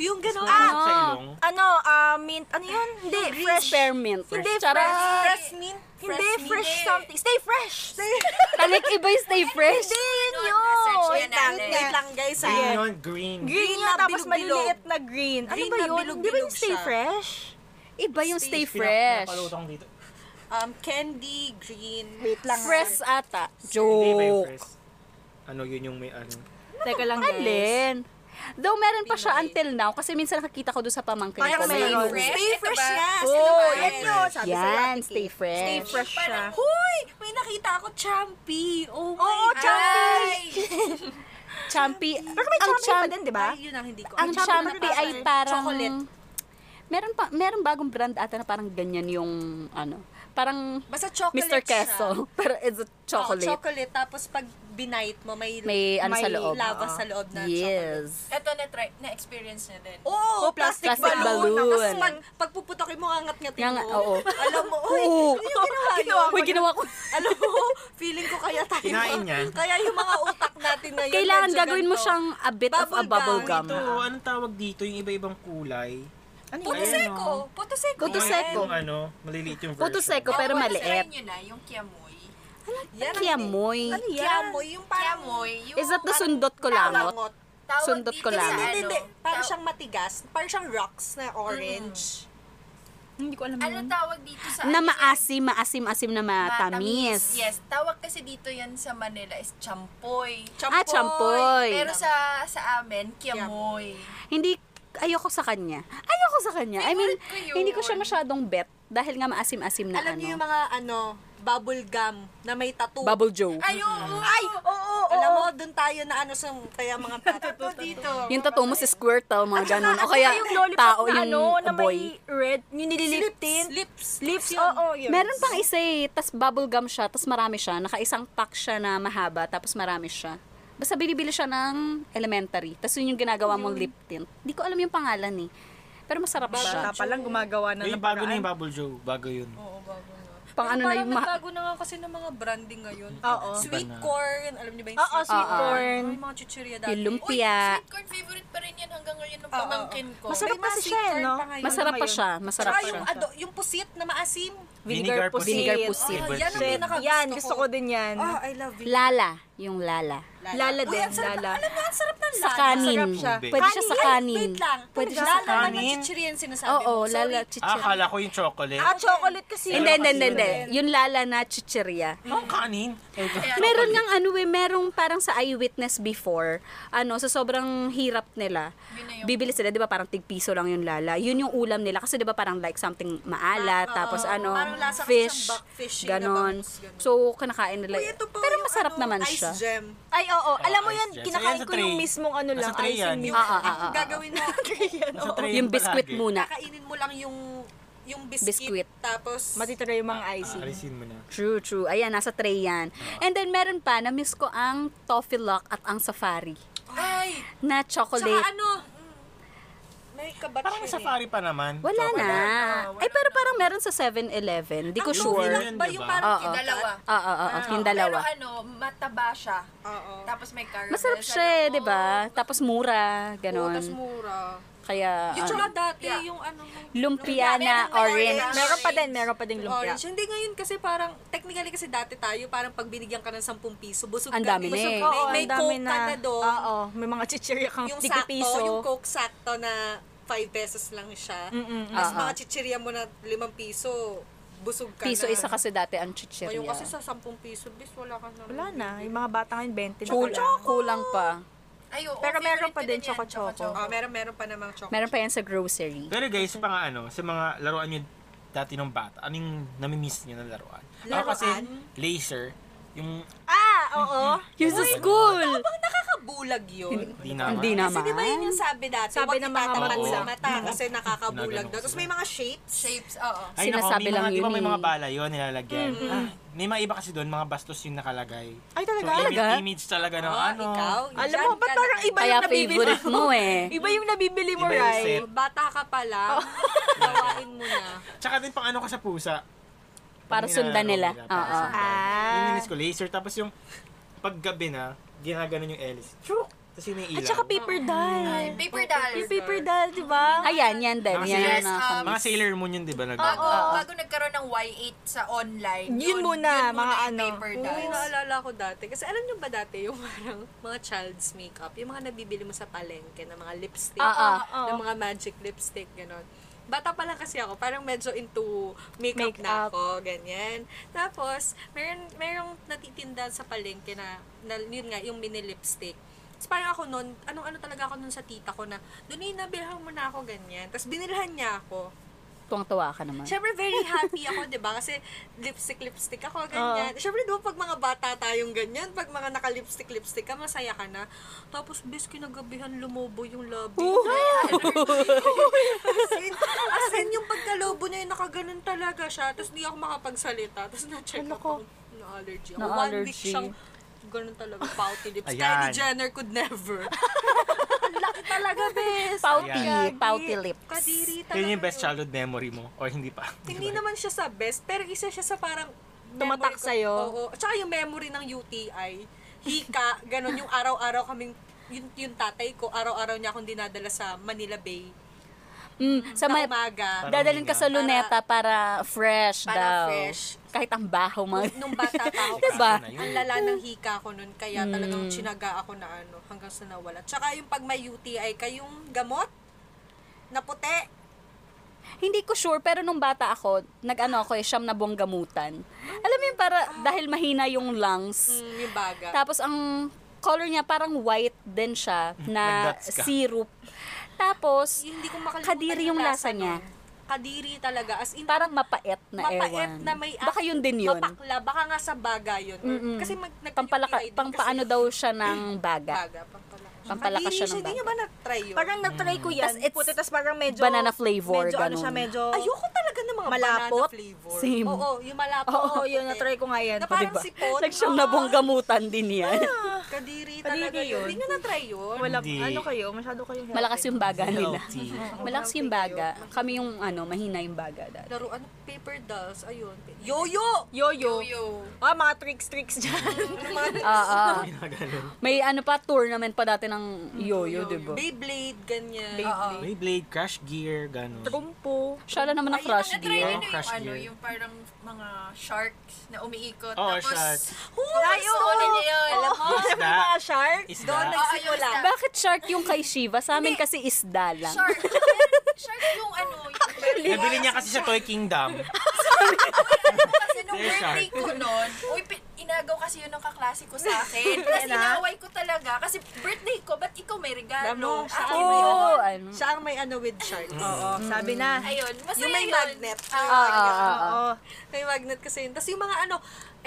yung gano'n.
Puputok sa
Ah,
ilong.
ano, ah, mint, ano yun? Hindi, fresh.
Spearmint.
Hindi,
Ah,
Charot.
fresh.
fresh mint.
Hindi, fresh
eh.
something. Stay fresh! Stay
Talik iba yung stay fresh.
Hindi, yun
Yun,
yun!
search yan
Wait lang,
natin.
wait
Wait
lang.
lang guys ha.
Green yun, green.
Green yun,
na
tapos
bilog-bilog.
maliliit na green. Ano
Green
ba
na
yun? Di ba yung
bilog-bilog
stay
siya.
fresh?
Iba yung stay
Pinak-
fresh.
pinapalutang dito.
Um, candy, green.
Fresh ata.
Hindi ba yung
Joke.
fresh? Ano yun yung may ano?
Teka lang, guys.
Alin? Though meron pa siya until now kasi minsan nakakita ko doon sa pamangkin
Parang
ko. May inuwi.
meron.
Fresh?
Stay
Ito
fresh
ba?
niya.
Oo,
Sino ba
yan yun. Sabi sa
Yan,
lalaki.
stay fresh.
Stay fresh siya.
Huy! May nakita ako, Champy. Oh my
Oo,
God.
champi!
Champi.
Pero may
ang
champi pa din, di ba?
Ay, yun ang hindi ko.
Diba? Ang
Champi
champi
pa
ay
rin.
parang...
Chocolate.
Meron, pa, meron bagong brand ata na parang ganyan yung ano. Parang
Basta chocolate
Mr.
siya.
Queso. Pero it's a chocolate.
Oo, chocolate. Tapos pag binite mo, may,
May ano sa
May
loob.
lava
Oo.
sa loob na chocolate.
Yes.
Ito na-try, na-experience na din.
Oo,
Oo, plastic
Oh, plastic balloon.
Tapos pag, pagpuputokin mo, angat-ngatin
Nga-
mo.
oo.
Alam mo, uy,
Oo.
uy, yung ginawa yun.
Uy, ginawa ko.
Alam mo, feeling ko kaya tayo.
Kinain niya.
Kaya yung mga utak natin ngayon.
Kailangan
medyo
gagawin mo
ganito.
siyang a bit of a
Bubble
bubble
gum.
gum.
Ito, anong tawag dito? Yung iba-ibang kulay.
Ano
Puto
Ayun,
seco. Puto seco.
Puto
yan.
seco.
Yung ano, maliliit yung version.
Puto seco,
Ako,
pero
ano,
maliit.
try nyo na, yung kiamoy.
Yan ang-
Kiamoy.
Ano yan? Kiamoy, yung parang...
Kiamoy, yung...
Is that the
parang
sundot ko langot?
Langot.
tawag
sundot
dito
ko
sa
lang?
Hindi,
ano,
hindi, hindi. Parang
taw-
siyang matigas. Parang siyang rocks na orange.
Hindi ko alam
Ano
yun.
tawag dito
Na
sa... ano, sa-
maasim, maasim-asim na matamis.
Yes, tawag kasi dito yan sa Manila is champoy.
Ah, champoy.
Pero sa sa amin, kiamoy.
Hindi ayoko sa kanya. Ayoko sa kanya. I mean,
Favorite ko yun.
hindi ko siya masyadong bet dahil nga maasim-asim na
Alam
ano.
niyo yung mga ano, bubble gum na may tattoo.
Bubble Joe.
Ayun! Ay!
Oo, oo, Alam mo, doon tayo na ano sa kaya mga tattoo dito.
yung tattoo mo si Squirtle, mga ganun. O kaya
Ano yung lollipop
tao,
na
yung
ano, na
boy.
may red, yung nililip tint.
Lips.
Lips, oo, yun.
Meron pang isa eh, tas bubble gum siya, tas marami siya. Nakaisang pack siya na mahaba, tapos marami siya. Basta binibili siya ng elementary. Tapos yun yung ginagawa mong lip tint. Hindi ko alam yung pangalan eh. Pero masarap
Bata
siya.
pa lang gumagawa na
Yung
ng
bago na yung
paraan.
Bubble Joe, bago yun.
Oo, bago na.
Pang ano na
Parang
yung ma-
nagbago na nga kasi ng mga branding ngayon.
Oo.
Sweet
Iba na.
corn. Alam niyo ba yung
Oo, sweet
Oo.
corn.
Ay, mga chichirya dati.
Yung lumpia.
Uy, sweet corn favorite pa rin yan hanggang ngayon ng pamangkin ko.
Masarap
May
kasi
mga
siya, eh,
sweet
no?
corn pa ngayon.
Masarap pa siya. Masarap
Tsaka
pa
yung, ano-
siya.
ado, yung pusit na maasim.
Vinegar pusit.
Vinegar pusit.
Ah,
Favorite
yan ang
yun.
pinaka
Yan, Ah, gusto ko din yan.
Oh, I love you.
Lala. Yung Mm. lala.
Lala din, lala.
Alam mo, ang sarap ng
Sa kanin.
Masarap siya.
Pwede siya sa
Kanin,
kanin.
Wait lang.
Pwede siya sa
lala
kanin.
lang ang chichiri yung sinasabi
Oo,
mo. Sorry.
lala
Ah,
chichirya.
akala ko yung chocolate.
Ah, chocolate kasi.
Hindi, hindi, hindi, hindi. Yung lala na chichirya.
Ang kanin.
Meron ngang ano eh, merong parang sa eyewitness before, ano, sa sobrang hirap nila. Bibili sila, 'di ba, parang tigpiso lang yung lala. Yun yung ulam nila kasi 'di ba parang like something maala, tapos ano,
Ah, Parang lasa kasi
fish,
siyang back fish, yung
ganon.
nabangus, ganon.
So kinakain nila.
Uy, ito pa
Pero
yung
masarap
ano,
naman
ice
siya.
gem.
Ay, oo. Alam mo
ice
yan,
dyan. So,
kinakain
yan sa
ko yung
tray.
mismong ano
Nasa
lang,
tray
ice
yan.
and
Yung,
milk.
Ah, ah, ah, ah.
ang gagawin mo,
Nasa tray
Yung
palagi.
biscuit muna.
kakainin mo lang yung yung biscuit,
Biscuit.
tapos
Matitira yung mga
Ah,
icing.
Alisin mo na.
True, true. Ayan, nasa tray yan. And then meron pa, na-miss ko ang toffee lock at ang safari
Ay!
na
Tsaka
chocolate.
ano, mm, may kabat
Parang
siya eh.
safari pa naman.
Wala na.
wala
Ay, pero parang meron sa 7-Eleven. Di ko
Ah, Ang
sure.
lumilat ba yung
Diba?
parang
Oo.
kinalat?
Dalawa.
Oo, oo, oo. Yung dalawa.
Pero ano, mataba siya.
Oo.
Tapos may caramel.
Masarap
sa
siya eh,
loob.
di ba? Tapos mura, ganon.
Tapos mura.
Kaya,
Ah, Yung
ano,
tsaka dati,
Yeah.
yung ano,
lumpia
Meron
na
may
orange.
Ah,
orange.
Meron pa din, meron pa din lumpia.
orange. Hindi ngayon kasi parang, technically kasi dati tayo, parang pag binigyan ka ng 10 piso, busog
Ang
ka.
dami na
busog
eh.
ka.
Oo,
May, may
ang dami
coke ka na doon.
Oo, may mga chichirya kang
yung
tigpiso.
sakto, yung coke sakto na 5 pesos lang siya.
Ah,
Mas
ah.
mga chichirya mo na 5 piso, busog ka
Piso
na.
isa kasi dati ang
Ngayon
chichirya.
Oh, kasi sa 10 piso, bis wala ka na.
Wala na, yung mga bata ngayon, 20 na
Kul-
pala.
kulang pa.
Ay, oo,
Pero meron
favorite
pa
ko
din
yan,
choco-choco.
Ah, meron, meron pa namang chocolate.
Meron pa yan sa grocery.
Pero guys, sa mga ano, sa mga laruan nyo dati nung bata, anong namimiss nyo na laruan? Ako kasi,
Laruan?
laser, yung
Ah, oo.
Yung sa school!
Bang nakakabulag yun.
di naman.
Hindi
Kasi
naman.
di ba yun yung sabi dati,
Sabi
sabi
ng
ng
mga Mm-hmm.
sa
magulang.
mata kasi nakakabulag daw.
Ginaganon ko
Tapos
sila.
may mga shapes.
Shapes, oo.
Ay, nako,
Sinasabi
may
lang
mga, di
yun
ba may
eh.
mga bala yun nilalagyan? Ah, may mga iba kasi doon, mga bastos yung nakalagay.
Ay, talaga?
So, image,
Talaga?
image talaga ng
Ah,
ano.
ikaw.
Alam
dyan
mo, ba't
ka
parang
na-
iba
Kaya
yung nabibili
favorite mo eh.
Iba yung nabibili mo,
Iba yung
right?
set.
Bata ka pa lang,
Oh.
gawain mo na.
Tsaka din pang ano ka sa pusa.
Para
Pag
sundan nila.
nilalaro para
Oo.
sundan.
Ah.
Yung minis ko, laser. Tapos yung paggabi na, ginaganon yung Alice. Chuk! Tapos yun may ilaw.
At saka paper doll.
Ay, paper doll.
Yung paper doll, di ba?
Ayan, yan din.
Mga
Yan
yes,
yung nakakamiss.
um,
Mga Sailor Moon yun, di ba?
Bago,
nag-
bago nagkaroon ng Y8 sa online.
Yun muna, mga
yung
ano.
Paper
Uy,
dolls.
naalala ko dati. Kasi alam nyo ba dati yung parang mga child's makeup, yung mga nabibili mo sa palengke na mga lipstick,
Ah, ah,
na mga magic lipstick, gano'n. Bata pa lang kasi ako, parang medyo into makeup,
Makeup.
na ako, ganyan. Tapos, meron, merong natitinda sa palengke na, na yun nga, yung mini lipstick. Tapos parang ako nun, anong-ano talaga ako nun sa tita ko na, Dunin, nabilhan mo na ako, ganyan. Tapos binilhan niya ako.
Tuwang-tuwa ka naman.
Siyempre, very happy ako, di ba? Kasi lipstick-lipstick ako, ganyan. Siyempre, di ba pag mga bata tayong ganyan, pag mga naka-lipstick-lipstick ka, masaya ka na. Tapos, bis, kinagabihan, lumobo yung labi. as, in, as in, yung pagkalobo niya, yung nakaganon talaga siya. Tapos, di ako makapagsalita. Tapos, na-check
Ano
ako, na-allergy. ako. One
Na-allergy.
week siyang ganun talaga, pouty lips.
Ayan.
Kylie Jenner could never. Ang laki talaga, bes.
Pouty,
Ayan.
pouty lips.
Kadiri talaga.
Yun yung best
yun.
childhood memory mo. O hindi pa.
Hindi naman siya sa best, pero isa siya sa parang memory
Tumatak
ko-
sa'yo.
Oo. Tsaka yung memory ng UTI, hika, ganun yung araw-araw kaming yung, yung tatay ko, araw-araw niya akong dinadala sa Manila Bay.
Mm, sa
Sa
may,
umaga.
Parang
dadalhin ka sa
Para-
luneta para fresh
Para
daw.
fresh.
Kahit ang baho mo.
Nung, nung bata pa ako.
Diba?
kasi Ang lala ng hika ko nun, kaya talagang chinaga ako na ano, hanggang sa nawala. Tsaka yung pag may UTI ka, yung gamot, na puti.
Hindi ko sure, pero nung bata ako, nag-ano ako, eh, siyam na buwang gamutan. Alam mo yun, para, dahil mahina yung lungs.
Mm, yung baga.
Tapos ang color niya parang white din siya na
Nag-dots ka.
syrup. Tapos,
Hindi ko makalimutan
kadiri yung lasa niya.
nun. Kadiri talaga. As in,
Parang mapait na
mapait
ewan.
na may...
Baka yun din yun.
Mapakla. Baka nga sa baga yun.
Mm-mm.
Kasi mag, nagtanim
Pampalaka,
tayo dun
pang
kasi
paano daw siya ng baga.
Baga, pampalaka.
Pampalakas
Kadiri
siya ng
Hindi
baga.
niyo ba na-try yun?
Parang nag-try ko yan.
Tas it's
puti, tas parang medyo...
banana flavor,
Medyo ano
ganun.
siya, medyo...
Ayoko talaga ng mga
Malapot?
banana flavor.
Same.
Oo, yung malapot.
Oo,
puti.
yun, na-try ko nga yan.
Na parang
Diba?
sipon.
Nagsiyam
Ah,
na bonggamutan din yan.
Kadiri
Kadiri
talaga yun.
yun.
Hindi nyo na-try yun.
Wala,
Hindi.
ano kayo, masyado kayong healthy.
Malakas yung baga nila.
Healthy.
Malakas yung baga. Kami yung ano, mahina yung baga dati.
Laro, ano, paper dolls. Ayun. Yoyo!
Yo-yo.
Yo.
Ah, mga tricks-tricks dyan.
Yung mga
Oo.
Ginaganon.
May ano pa, tournament pa dati ng yoyo, di ba?
Beyblade, ganyan.
Beyblade.
May blade, crash gear, gano'n.
Trumpo.
Siya lang naman na crush
Na-try
gear.
nyo na yung
Crush
ano,
gear. Oh,
yung parang mga sharks na umiikot.
Oo,
Tapos,
sharks.
Ay, oo! niya yun. Alam mo?
Alam mo yung mga shark?
Isda.
Doon
nagsimula.
nagsimula.
Bakit shark yung kay Shiva? Sa amin kasi isda lang.
Shark. Shark yung ano, yung
Nabili niya kasi sa Toy Kingdom.
Kasi nung
Yes,
birthday ko noon, uy, pin- inagaw kasi yun ng kaklase ko sa akin. Tapos inaway ko talaga. Kasi birthday ko, ba't ikaw may regalo? Ah,
Damo, siya
Akin
Ano? Oo,
ba yun?
ano. Mm.
Siya ang may ano with sharks.
Oo, sabi na.
Ayun, masaya
Yung may
yun.
magnet.
Ah,
Oo,
oo, oo.
Oo.
May magnet kasi yun. Tapos yung mga ano,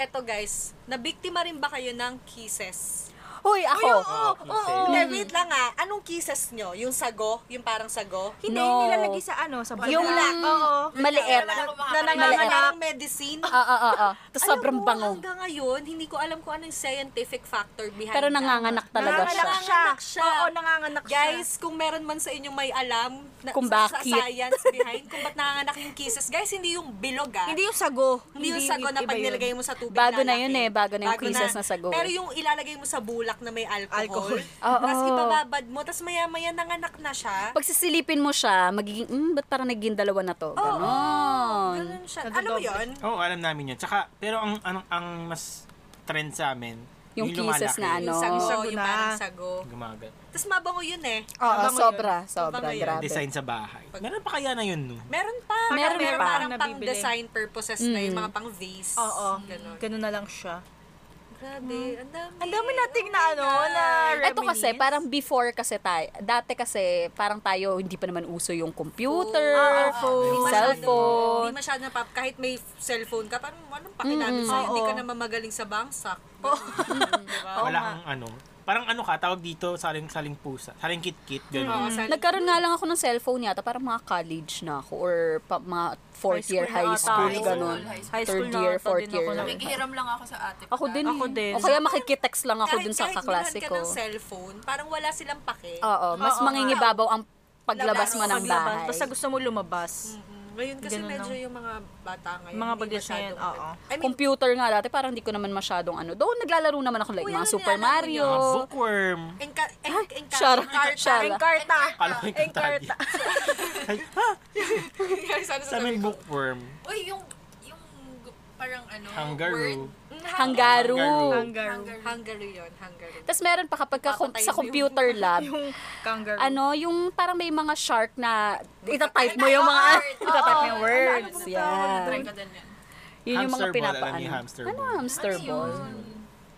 eto guys, nabiktima rin ba kayo ng kisses?
Hoy, ako.
Oo,
kisses.
oo.
Hmm.
Hindi, wait lang ah. Anong kisses nyo? Yung sago? Yung parang sago?
Hindi,
No.
nilalagay sa ano, sa bulak.
Yung
Oo.
maliit.
Wala
Na
akong makakarinig.
Maliit.
nanganganak.
Parang medicine?
Oo, oo, oo. Tapos
Alam
Ah, sobrang
mo,
bango.
Hanggang ngayon, hindi ko alam kung ano yung scientific factor behind
Pero
that.
nanganganak talaga siya.
Nanganganak siya.
Nanganganak siya.
Oo, nanganganak siya.
Guys, kung meron man sa inyong may alam na,
Kung
sa-
bakit.
sa science behind kung ba't nanganganak yung kisses, guys, hindi yung bilog ah.
Hindi yung sago.
Hindi yung sago na
iba
pag
yun.
nilagay mo sa tubig.
Bago na
lalaki.
yun eh, bago na yung kisses na sago.
Pero yung ilalagay mo sa bulak na may alcohol,
Alcohol.
Oo.
tapos ibababad mo, tapos maya-maya nanganak na siya.
Pag sisilipin mo siya, magiging, hmm, ba't parang naging dalawa na to? Ganon.
Ganun siya.
Nagdodoble.
Alam mo yun?
Oo, oh, alam namin yun. Tsaka, pero ang, ang, ang mas trend sa amin,
Yung kisses na ano.
Yung sago,
Yung sago
yung
na.
parang sago.
Gumagal.
Tapos mabango yun eh.
Oo,
Mabango yun.
sobra, sobra,
Mabango yun.
grabe.
Design sa bahay. Meron pa kaya na yun, no?
Meron pa.
Meron
Meron
pa. Mm.
Parang
Nabibili.
pang design purposes na yung mga pang vase.
Oo.
Ganun.
Ganun na lang siya.
Grabe.
Mm.
Ang dami.
Ang dami nating na ano, na
Ito kasi,
reminisce.
parang before kasi tayo, dati kasi, parang tayo, hindi pa naman uso yung computer,
Ah,
yung
phone.
cellphone.
Hindi masyado pap kahit may cellphone ka, parang anong pakinabit sa'yo,
Oo.
hindi ka naman magaling sa bangsak. Diba?
Oo
Wala
nga.
kang ano. Parang ano ka, tawag dito, saling-saling pusa. Saling kit-kit,
Oo,
gano'n.
sa-
Nagkaroon nga lang ako ng cellphone yata, parang mga college na ako or pa, mga fourth
High
year
school
high
na ata.
school,
High
ganun.
school, high school.
High
Third
school na
year,
ata
fourth
din ako
year.
na-
Nakikihiram lang ako sa ate ko.
Ako din. eh.
Ako din.
O kaya makikitext lang ako
kahit,
dun sa
kahit
kaklase
bilhan
ko. Oh,
ka ng cellphone, parang wala silang pake.
Oo, mas
Oo.
mangingibabaw ang paglabas
Labas,
mo ng
Paglaban.
bahay.
Basta gusto mo lumabas.
Mm, Ngayon kasi
Ganun
medyo
lang.
yung mga bata ngayon.
Mga
hindi
bagets na
masyado
yan, oo.
ganun. I mean,
Computer nga dati, parang hindi ko naman masyadong ano. Doon naglalaro naman ako like
Uy,
mga
ano
Super
nilalaro niyo?
Mario.
Mga bookworm.
enka- en- enka-
Shara,
enkarta.
shara.
Encarta.
Kala ko yung kantagi.
Sana
Sa amin, bookworm.
Uy, yung, yung gu- parang ano, word.
Kangaroo.
Hanggaru.
Hanggaru.
Kangaroo.
Hungary yun, Hungary.
Tapos meron pa kapag ka,
Papatay
sa
mo
computer lab,
Yung kangaroo.
ano, yung parang may mga shark na itatype mo yung mga,
Ano?
itatype mo yung words.
Try
Yan.
ka din yan.
Yun yung mga
Hamster ball, alam
pinapaano.
niyo, hamster
Ano
ball?
hamster
Ano
ball?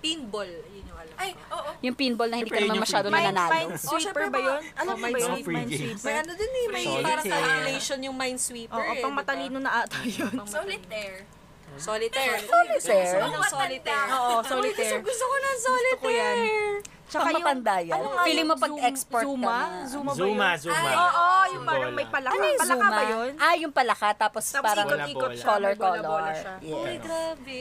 Pinball, yun yung alam.
Ay, oo.
Yung pinball na hindi ka
Siyempre,
naman
yun yung
masyado
pinball.
Mine,
nananalo.
minesweeper
Oh,
ba yun?
syempre, mga-
Alam mo
oh,
ba yun?
mga free
May
games.
Minesweeper.
ano dun eh, may
Solitaire.
parang calculation yung Minesweeper.
Oo,
eh,
pang
diba?
matalino na ata yun.
Solitaire.
Solitaire.
Solitaire.
Gusto ko ng solitaire.
Oo,
Uy, gusto,
solitaire.
gusto ko ng
Gusto ko yan.
solitaire.
Tsaka yung,
ano nga
feeling
yun?
mo pag export
Zoom-
ka
Zuma?
na.
Zuma ba
Zuma,
yun?
Zuma.
Ay,
Oo, yung parang
Bola.
may palaka.
Ano yung
palaka
Zuma?
ba yun?
Ah, yung palaka. Tapos,
Tapos
parang
ikot-ikot
Bola-bola.
siya.
color,
may bola-bola
color.
siya.
Uy,
Yeah.
grabe.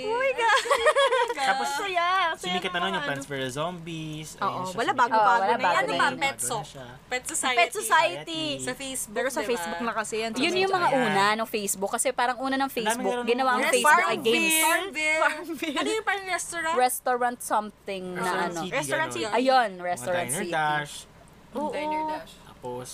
Tapos,
Saya, saya
sumikat na
ng
nun
mga
yung Plants vs. Zombies.
ano Oo,
ayun siya,
wala
sumikat.
bago-bago
Oo, wala
na yan.
bago
Ano ba?
na
Pet
Bago na
Sock.
siya.
Pet Society.
Pet Society.
Sa Facebook,
Pero sa
diba?
Facebook na kasi yan.
Yun yung mga una, no, Facebook. Kasi parang una ng
laro
Facebook,
ng-
ginawa ang
Yes,
Facebook ay
Farmville.
games.
Farmville. Ano yung parang restaurant?
Restaurant something na
Restaurant
ano.
City,
Restaurant
ganun.
City.
Ayun,
Mga
Restaurant
Diner
City.
Dash.
Oo.
Diner dash.
Tapos,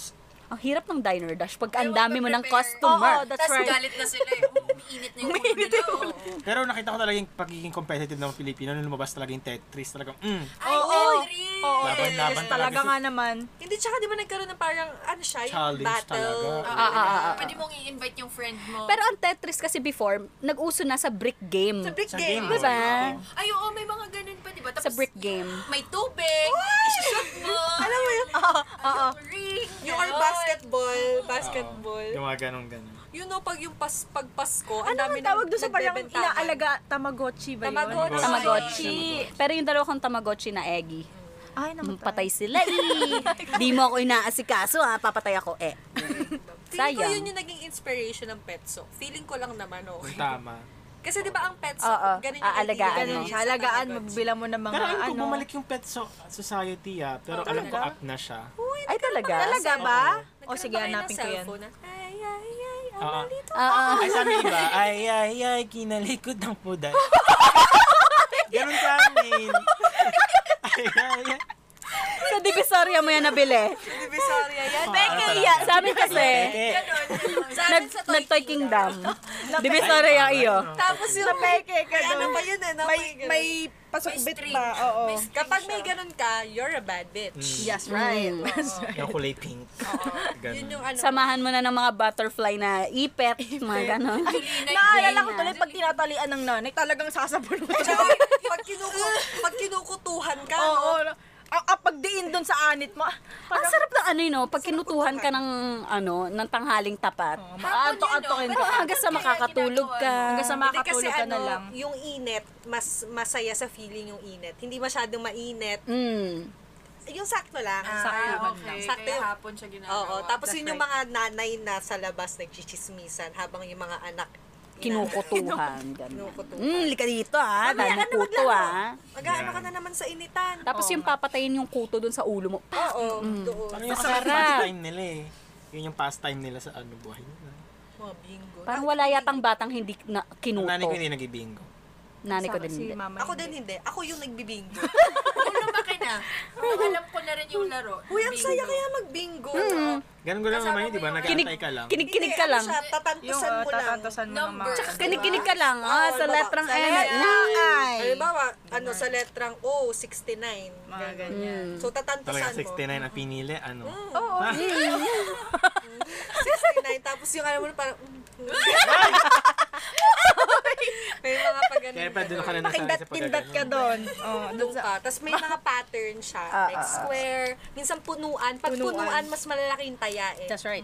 Ang hirap ng Diner Dash pag ang
Ewan
dami
ko,
mo ng
prepare.
customer.
Oo, that's
Tapos
right.
galit na sila eh. Umiinit na yung ulo nila. oo.
pero nakita ko talaga yung pagiging competitive ng Pilipino nung lumabas talaga yung Tetris. Talagang, mm,
Ay,
Oo.
Henry!
Oo,
Laban-laban
yes, talaga
talaga.
nga naman.
Hindi, tsaka di ba nagkaroon ng parang, ano siya, yung
Challenge
battle.
talaga.
Oo,
Ah, ah, ah, ah.
Pwede mong i-invite yung friend mo.
Pero ang Tetris kasi before, nag-uso na sa brick game.
Sa brick
Sa
game.
game. ah. oh.
Diba?
Ay, oo, may mga ganun pa. di- diba?
Sa
Tapos,
brick game.
may tubig, i-shoot mo,
Alam mo yun?
Ah, Oo.
yung ring,
Yung
ganon.
or basketball,
Ah.
basketball.
Yung mga ganong ganon.
You know, pag yung pas, pag Pasko, ang
Ano
dami
ang tawag doon sa parang
nagbebentahan.
inaalaga? Tamagotchi ba yun?
Tamagotchi.
Tamagotchi. Pero yung dalawa kong Tamagotchi na Eggy.
Ay,
Patay sila eh. Di mo ako inaasikaso ha. Papatay ako eh.
Feeling ko
Sayang.
yun yung naging inspiration ng Petso. Feeling ko lang naman, oh.
Tama.
Kasi di ba ang Petso,
Oo,
ganun yung
aalagaan mo.
idea.
Ganun
Ganun
siya.
sa
Alagaan,
Tamagotchi.
magbila mo ng mga
Pero alam ko,
ano.
bumalik yung Pet so- Society ah. Pero alam ko, up na siya.
Ay talaga?
Talaga ba? O
Nagkaroon
sige,
ba kayo ng
hanapin ko yan.
cellphone na, Ay, ay, ay, ang
Oo.
malito.
Oo.
Ay, sabi iba, ay, ay, ay, kinalikod ng puday. Ganun sa amin. Ay, ay, ay.
Sa divisoria mo yan nabili.
Divisoria yan.
Beke
Kaya sa amin kasi,
Beke.
Ganon, ganon.
nag, nag-toy kingdom.
ah,
divisoria yung iyo.
Tapos yung...
Napeke ka
May ano
doon.
pa yun eh, no?
May,
ganun.
may pasukbit
string.
ba? Oo.
May string
Kapag may
siya.
ganun ka, you're a
Mm,
bad bitch.
Yes, right.
Mm.
Yung kulay pink.
Yun
Ganun.
yung ano.
Samahan mo na ng mga butterfly na ipet, mga ganon.
Naalala ko tuloy pag tinatalian ng nanay, talagang sasabunutan.
Tsaka, pag, kinuku, pag kinukutuhan ka,
Oo.
no?
Oh, Kapag diin doon sa anit mo, ah,
Ang sarap na ano yun, no? pag kinutuhan ka ng, ano, ng tanghaling tapat.
maantok-antokin ka.
Hanggang sa makakatulog ka.
Hanggang sa
Hindi, kasi
makakatulog ka na
ano,
lang.
yung init, mas masaya sa feeling yung init. Hindi masyadong mainit.
Mm.
Yung sakto lang.
Ah,
Sakto.
okay.
Sakto
Kaya
yung-
hapon siya ginagawa.
Oo, tapos
That's
yun yung mga nanay na sa labas nagchichismisan habang yung mga anak
Kinukutuhan. Ganun.
Kinukutuhan.
Mm, lika dito ah. Dahil
Mamaya ka
mo
na
kuto
maglaro.
ah.
Mag-aano ka na naman sa initan.
Tapos yung papatayin yung kuto dun sa ulo mo.
Oo,
Mm.
doon.
Ano yung sa
Masarap.
pastime nila eh. Yun yung pastime nila sa ano buhay nila.
Mga bingo.
Parang wala yatang batang hindi na
Ang
kinuto.
nanay ko hindi nag-ibingo.
Nanay ko din.
Si
hindi.
mama
Ako
hindi.
din hindi. Ako yung nagbibingo.
Ulo makina. Oo, alam ko na rin yung laro.
Uy, ang
Bingo.
saya kaya magbingo.
Ganun ko lang
Kasama
naman yun,
mo
di ba?
yung-
Mm. Kinig,
Nag-aantay ka lang.
kinig-kinig
Hindi,
ka
ano
lang.
siya, tatantasan
Yung uh,
mo lang.
tatantasan mo ng
Number.
mga...
Tsaka
Kinig-kinig ka lang. Ah,
Oo,
sa
baba.
letrang
Sa
N.
letrang
Ay.
Halimbawa, ano, sa letrang O, 69.
Mga
Ganun.
ganyan.
So, tatantasan
Talaga,
mo.
69 ang pinili, ano?
Oo.
Ha?
69. Tapos yung alam mo na parang... mm, mm. may mga pag ganun.
Kaya pa doon ka na nasanay sa
Pakindat-kindat ka doon. Oh, doon
Doon
sa...
pa. Tapos may mga pattern siya.
Ah,
like square. Minsan punuan. Pag
Punuan.
punuan, mas malalaki yung taya eh.
That's right.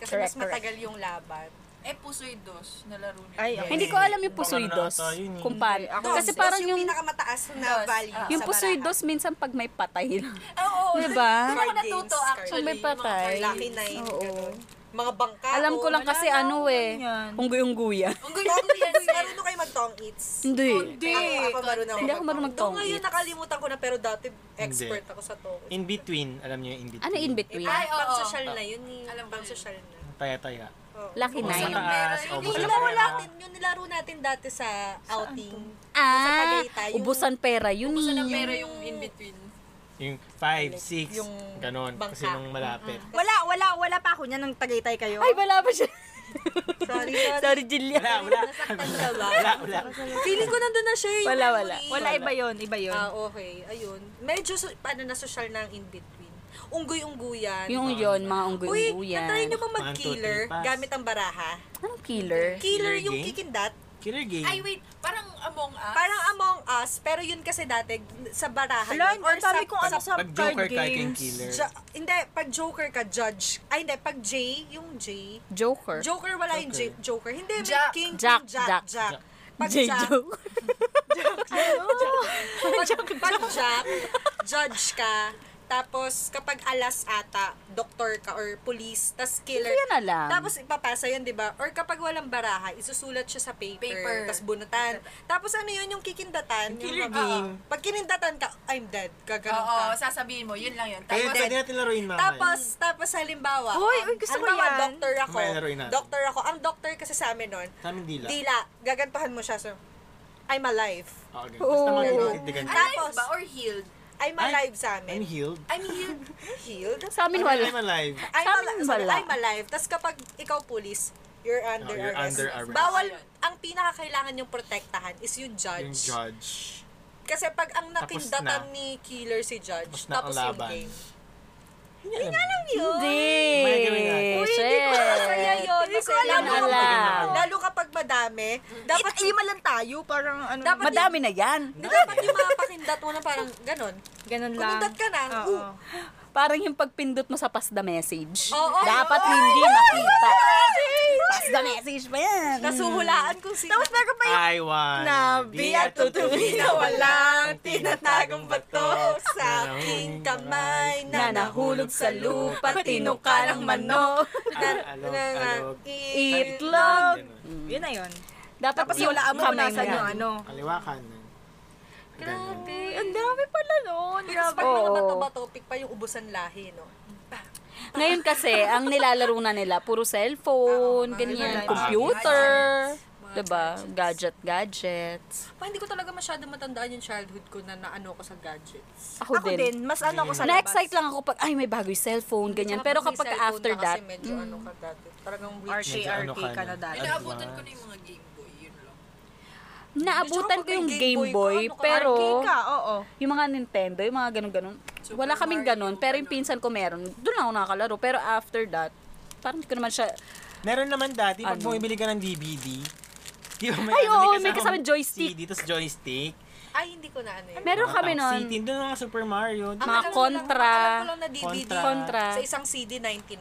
Kasi
correct,
mas
correct.
matagal yung laban.
Eh, pusoy dos na laro niya.
Ay,
Hindi ko alam yung pusoy
Baka
dos.
na ata yun eh.
Kung paano.
Hindi, ako
Kasi
Dos,
parang
dos
yung,
pinakamataas na
Dos.
value.
Ah.
yung
sa
pusoy
baraha.
dos, minsan pag may patay lang.
Eh,
Mm.
Oo,
Diba?
Doon ako
Card
natuto
games,
actually.
May
mga
patay.
card
Lucky
games.
nine.
Oo.
ganun. Mga bangka.
Alam ko
oh,
lang kasi
wala lang.
ano eh.
ganyan.
Unggoy-unggoy yan.
Ang
Tong
gulo yan
eats.
sa'yo.
Marunong kayo mag-tong eats.
Hindi.
Hindi.
Ako, ako marunong.
Hindi ako marunong
mag-tong
mag-tong
eats. Ngayon
eats.
nakalimutan ko na pero dati expert
Hindi.
ako sa tong eats.
In between, alam niyo yung in between.
Ano in between?
Ay,
Ay, oo.
pang social
Ah.
na yun eh.
Alam
Alam
ko
pang
yun.
social na.
Taya-taya.
Oo.
Lucky
Ubus sa
Ayun.
nine.
taas,
Pero
ubus
Alam
sa
mo, wala
pera.
natin yun. Nilaro natin dati sa outing.
Ah,
Tagaytay, yung-
ubusan pera. Yun
Puso
eh.
ng pera yung in-between.
Yung 5, 6,
Yung
ganon.
bangka.
Kasi nung malapit.
Wala, wala, wala pa ako niyan nang tagaytay kayo.
Ay, wala pa siya.
Sorry, sorry.
Sorry, Jillian.
Wala, wala.
Nasaktan ka ba?
Wala, wala.
Feeling ko nandun na siya eh, yung
Wala,
memory.
wala.
wala, Um, iba yon iba yon
Ah, okay. Ayun. Medyo, so, paano na social na ang in-between. Unggoy-ungguyan.
Yung yun, mga unggoy-unggoy
Uy,
yan.
natry nyo ba
One, two,
mag-killer
three, pass.
gamit ang baraha?
Anong killer?
Killer
Killer
yung
game?
kikindat.
Killer game.
Ay, wait. Parang among us.
Mm. Parang Among Us, pero yun kasi dati, sa baraha.
Alam,
yun,
ang dami kong ano sa
Pag
card
Joker ka, king
games.
killer.
ju- hindi, pag Joker ka, judge. Ay, hindi, pag J, yung J.
Joker.
Joker, wala yung J,
Joker.
Joker. Hindi, may
Jack.
King,
Jack,
King, Jack,
Jack.
Jack. Pag
J.
Jack,
Joker.
pag, pag Jack, judge ka. Tapos, kapag alas ata, doktor ka or police, tas killer.
Hindi yan alam.
Tapos, ipapasa yun, di ba? Or kapag walang baraha, isusulat siya sa paper.
Paper.
Tapos, bunutan. Tapos, ano yun, yung kikindatan.
Killer
yung,
game.
Oo. pag kinindatan ka, I'm dead. Gaganon
Oo,
ka.
sasabihin mo. Yun lang yun.
Kaya
Tapos,
pwede natin laruin mamaya.
Tapos, tapos halimbawa, um,
Hoy, uy, gusto ko
halimbawa,
yan.
doctor ako.
May laruin natin.
Doctor ako. Ang doctor kasi sa amin nun,
Sa amin dila.
dila, gagantahan mo siya. So, I'm alive.
Oo, ganun. Oh, Basta
Oo.
magdidigan ka.
alive
Tapos-
ba or healed?
I'm
Ay,
alive sa amin.
I'm healed.
I'm healed.
healed?
Sa amin
I'm
wala.
I'm alive.
I'm,
Sa amin
ali-
wala.
I'm alive. Tapos kapag ikaw pulis, you're under
Oh, you're
arrest.
under arrest.
Bawal,
Ayun.
ang pinakakailangan yung protektahan is yung judge.
Yung judge.
Kasi pag ang
Tapos
nakindatan
na.
ni killer si judge,
Tapos na ang
tapos, yung
laban.
game.
Yun nga lang
Hindi.
May gawin natin.
Shit.
Masaya yun. Kasi
alam.
lalo,
Wala.
kapag, lalo kapag madami, dapat lima lang tayo, parang ano.
Dapat Madami na yan.
Hindi, dapat yung mga pakindat mo na parang ganon.
Ganun lang.
Kumindat ka na.
Oo.
uh,
Parang yung pagpindot mo sa pass the message.
Oo.
Dapat hindi makita. Pass the message pa yan.
Nasuhulaan kung sino. Mm. Tapos meron pa
I want.
Nabi at tutubi na walang tinatagong bato sa aking kamay na nahulog sa lupa, tinuka ng manok.
Alog, alog.
Itlog.
Ganun.
Yun na yun.
Dapat
Tapos yung laan mo kung nasan yung ano.
Kaliwa kanan. Ganun.
Eh, Ang dami pala nun.
Tapos
Grabe.
pag mga
Oo.
bato-bato, pick pa yung ubusan lahi, no?
Ngayon kasi, ang nilalaro na nila, puro cellphone, ganyan, computer,
Mga
diba? Gadget, gadgets.
Pa, hindi ko talaga masyado matandaan yung childhood ko na naano ko sa gadgets.
Ako,
Ako
din.
din. Mas ano ko sa labas.
Na-excite lang ako pag, ay, may bago yung cellphone, ganyan.
Tsaka
Pero
pag may
kapag
cellphone
after
na
that,
Kasi medyo ano ka dati. Parang weird.
RT,
Medyo ano
RT
ka
ka
na.
na dati.
Inaabutan ko na yung mga Game Boy, yun lang.
naabutan
Tsaka
ko yung
pag may Game
Game
Boy ka,
Boy,
ano ka,
pero...
RT ka, oo.
Yung mga Nintendo, yung mga ganun-ganun.
Super
Wala kaming
Mario,
ganun. Pero yung
ganun.
pinsan ko meron. Doon lang ako nakakalaro. Pero after that, parang hindi ko naman siya...
Meron naman dati, pag
Ano?
bumibili ka ng DVD, di ba
Ay,
ano,
oo, may kasamang
kasamang
joystick.
CD, tapos joystick.
Ay, hindi ko na ano yun.
Meron
Mga
kami
Tang
nun.
City, doon mga Super Mario.
Ang
Mga
alam ko lang-
kontra.
Alam ko lang na DVD.
Kontra.
Kontra.
Sa isang CD, 99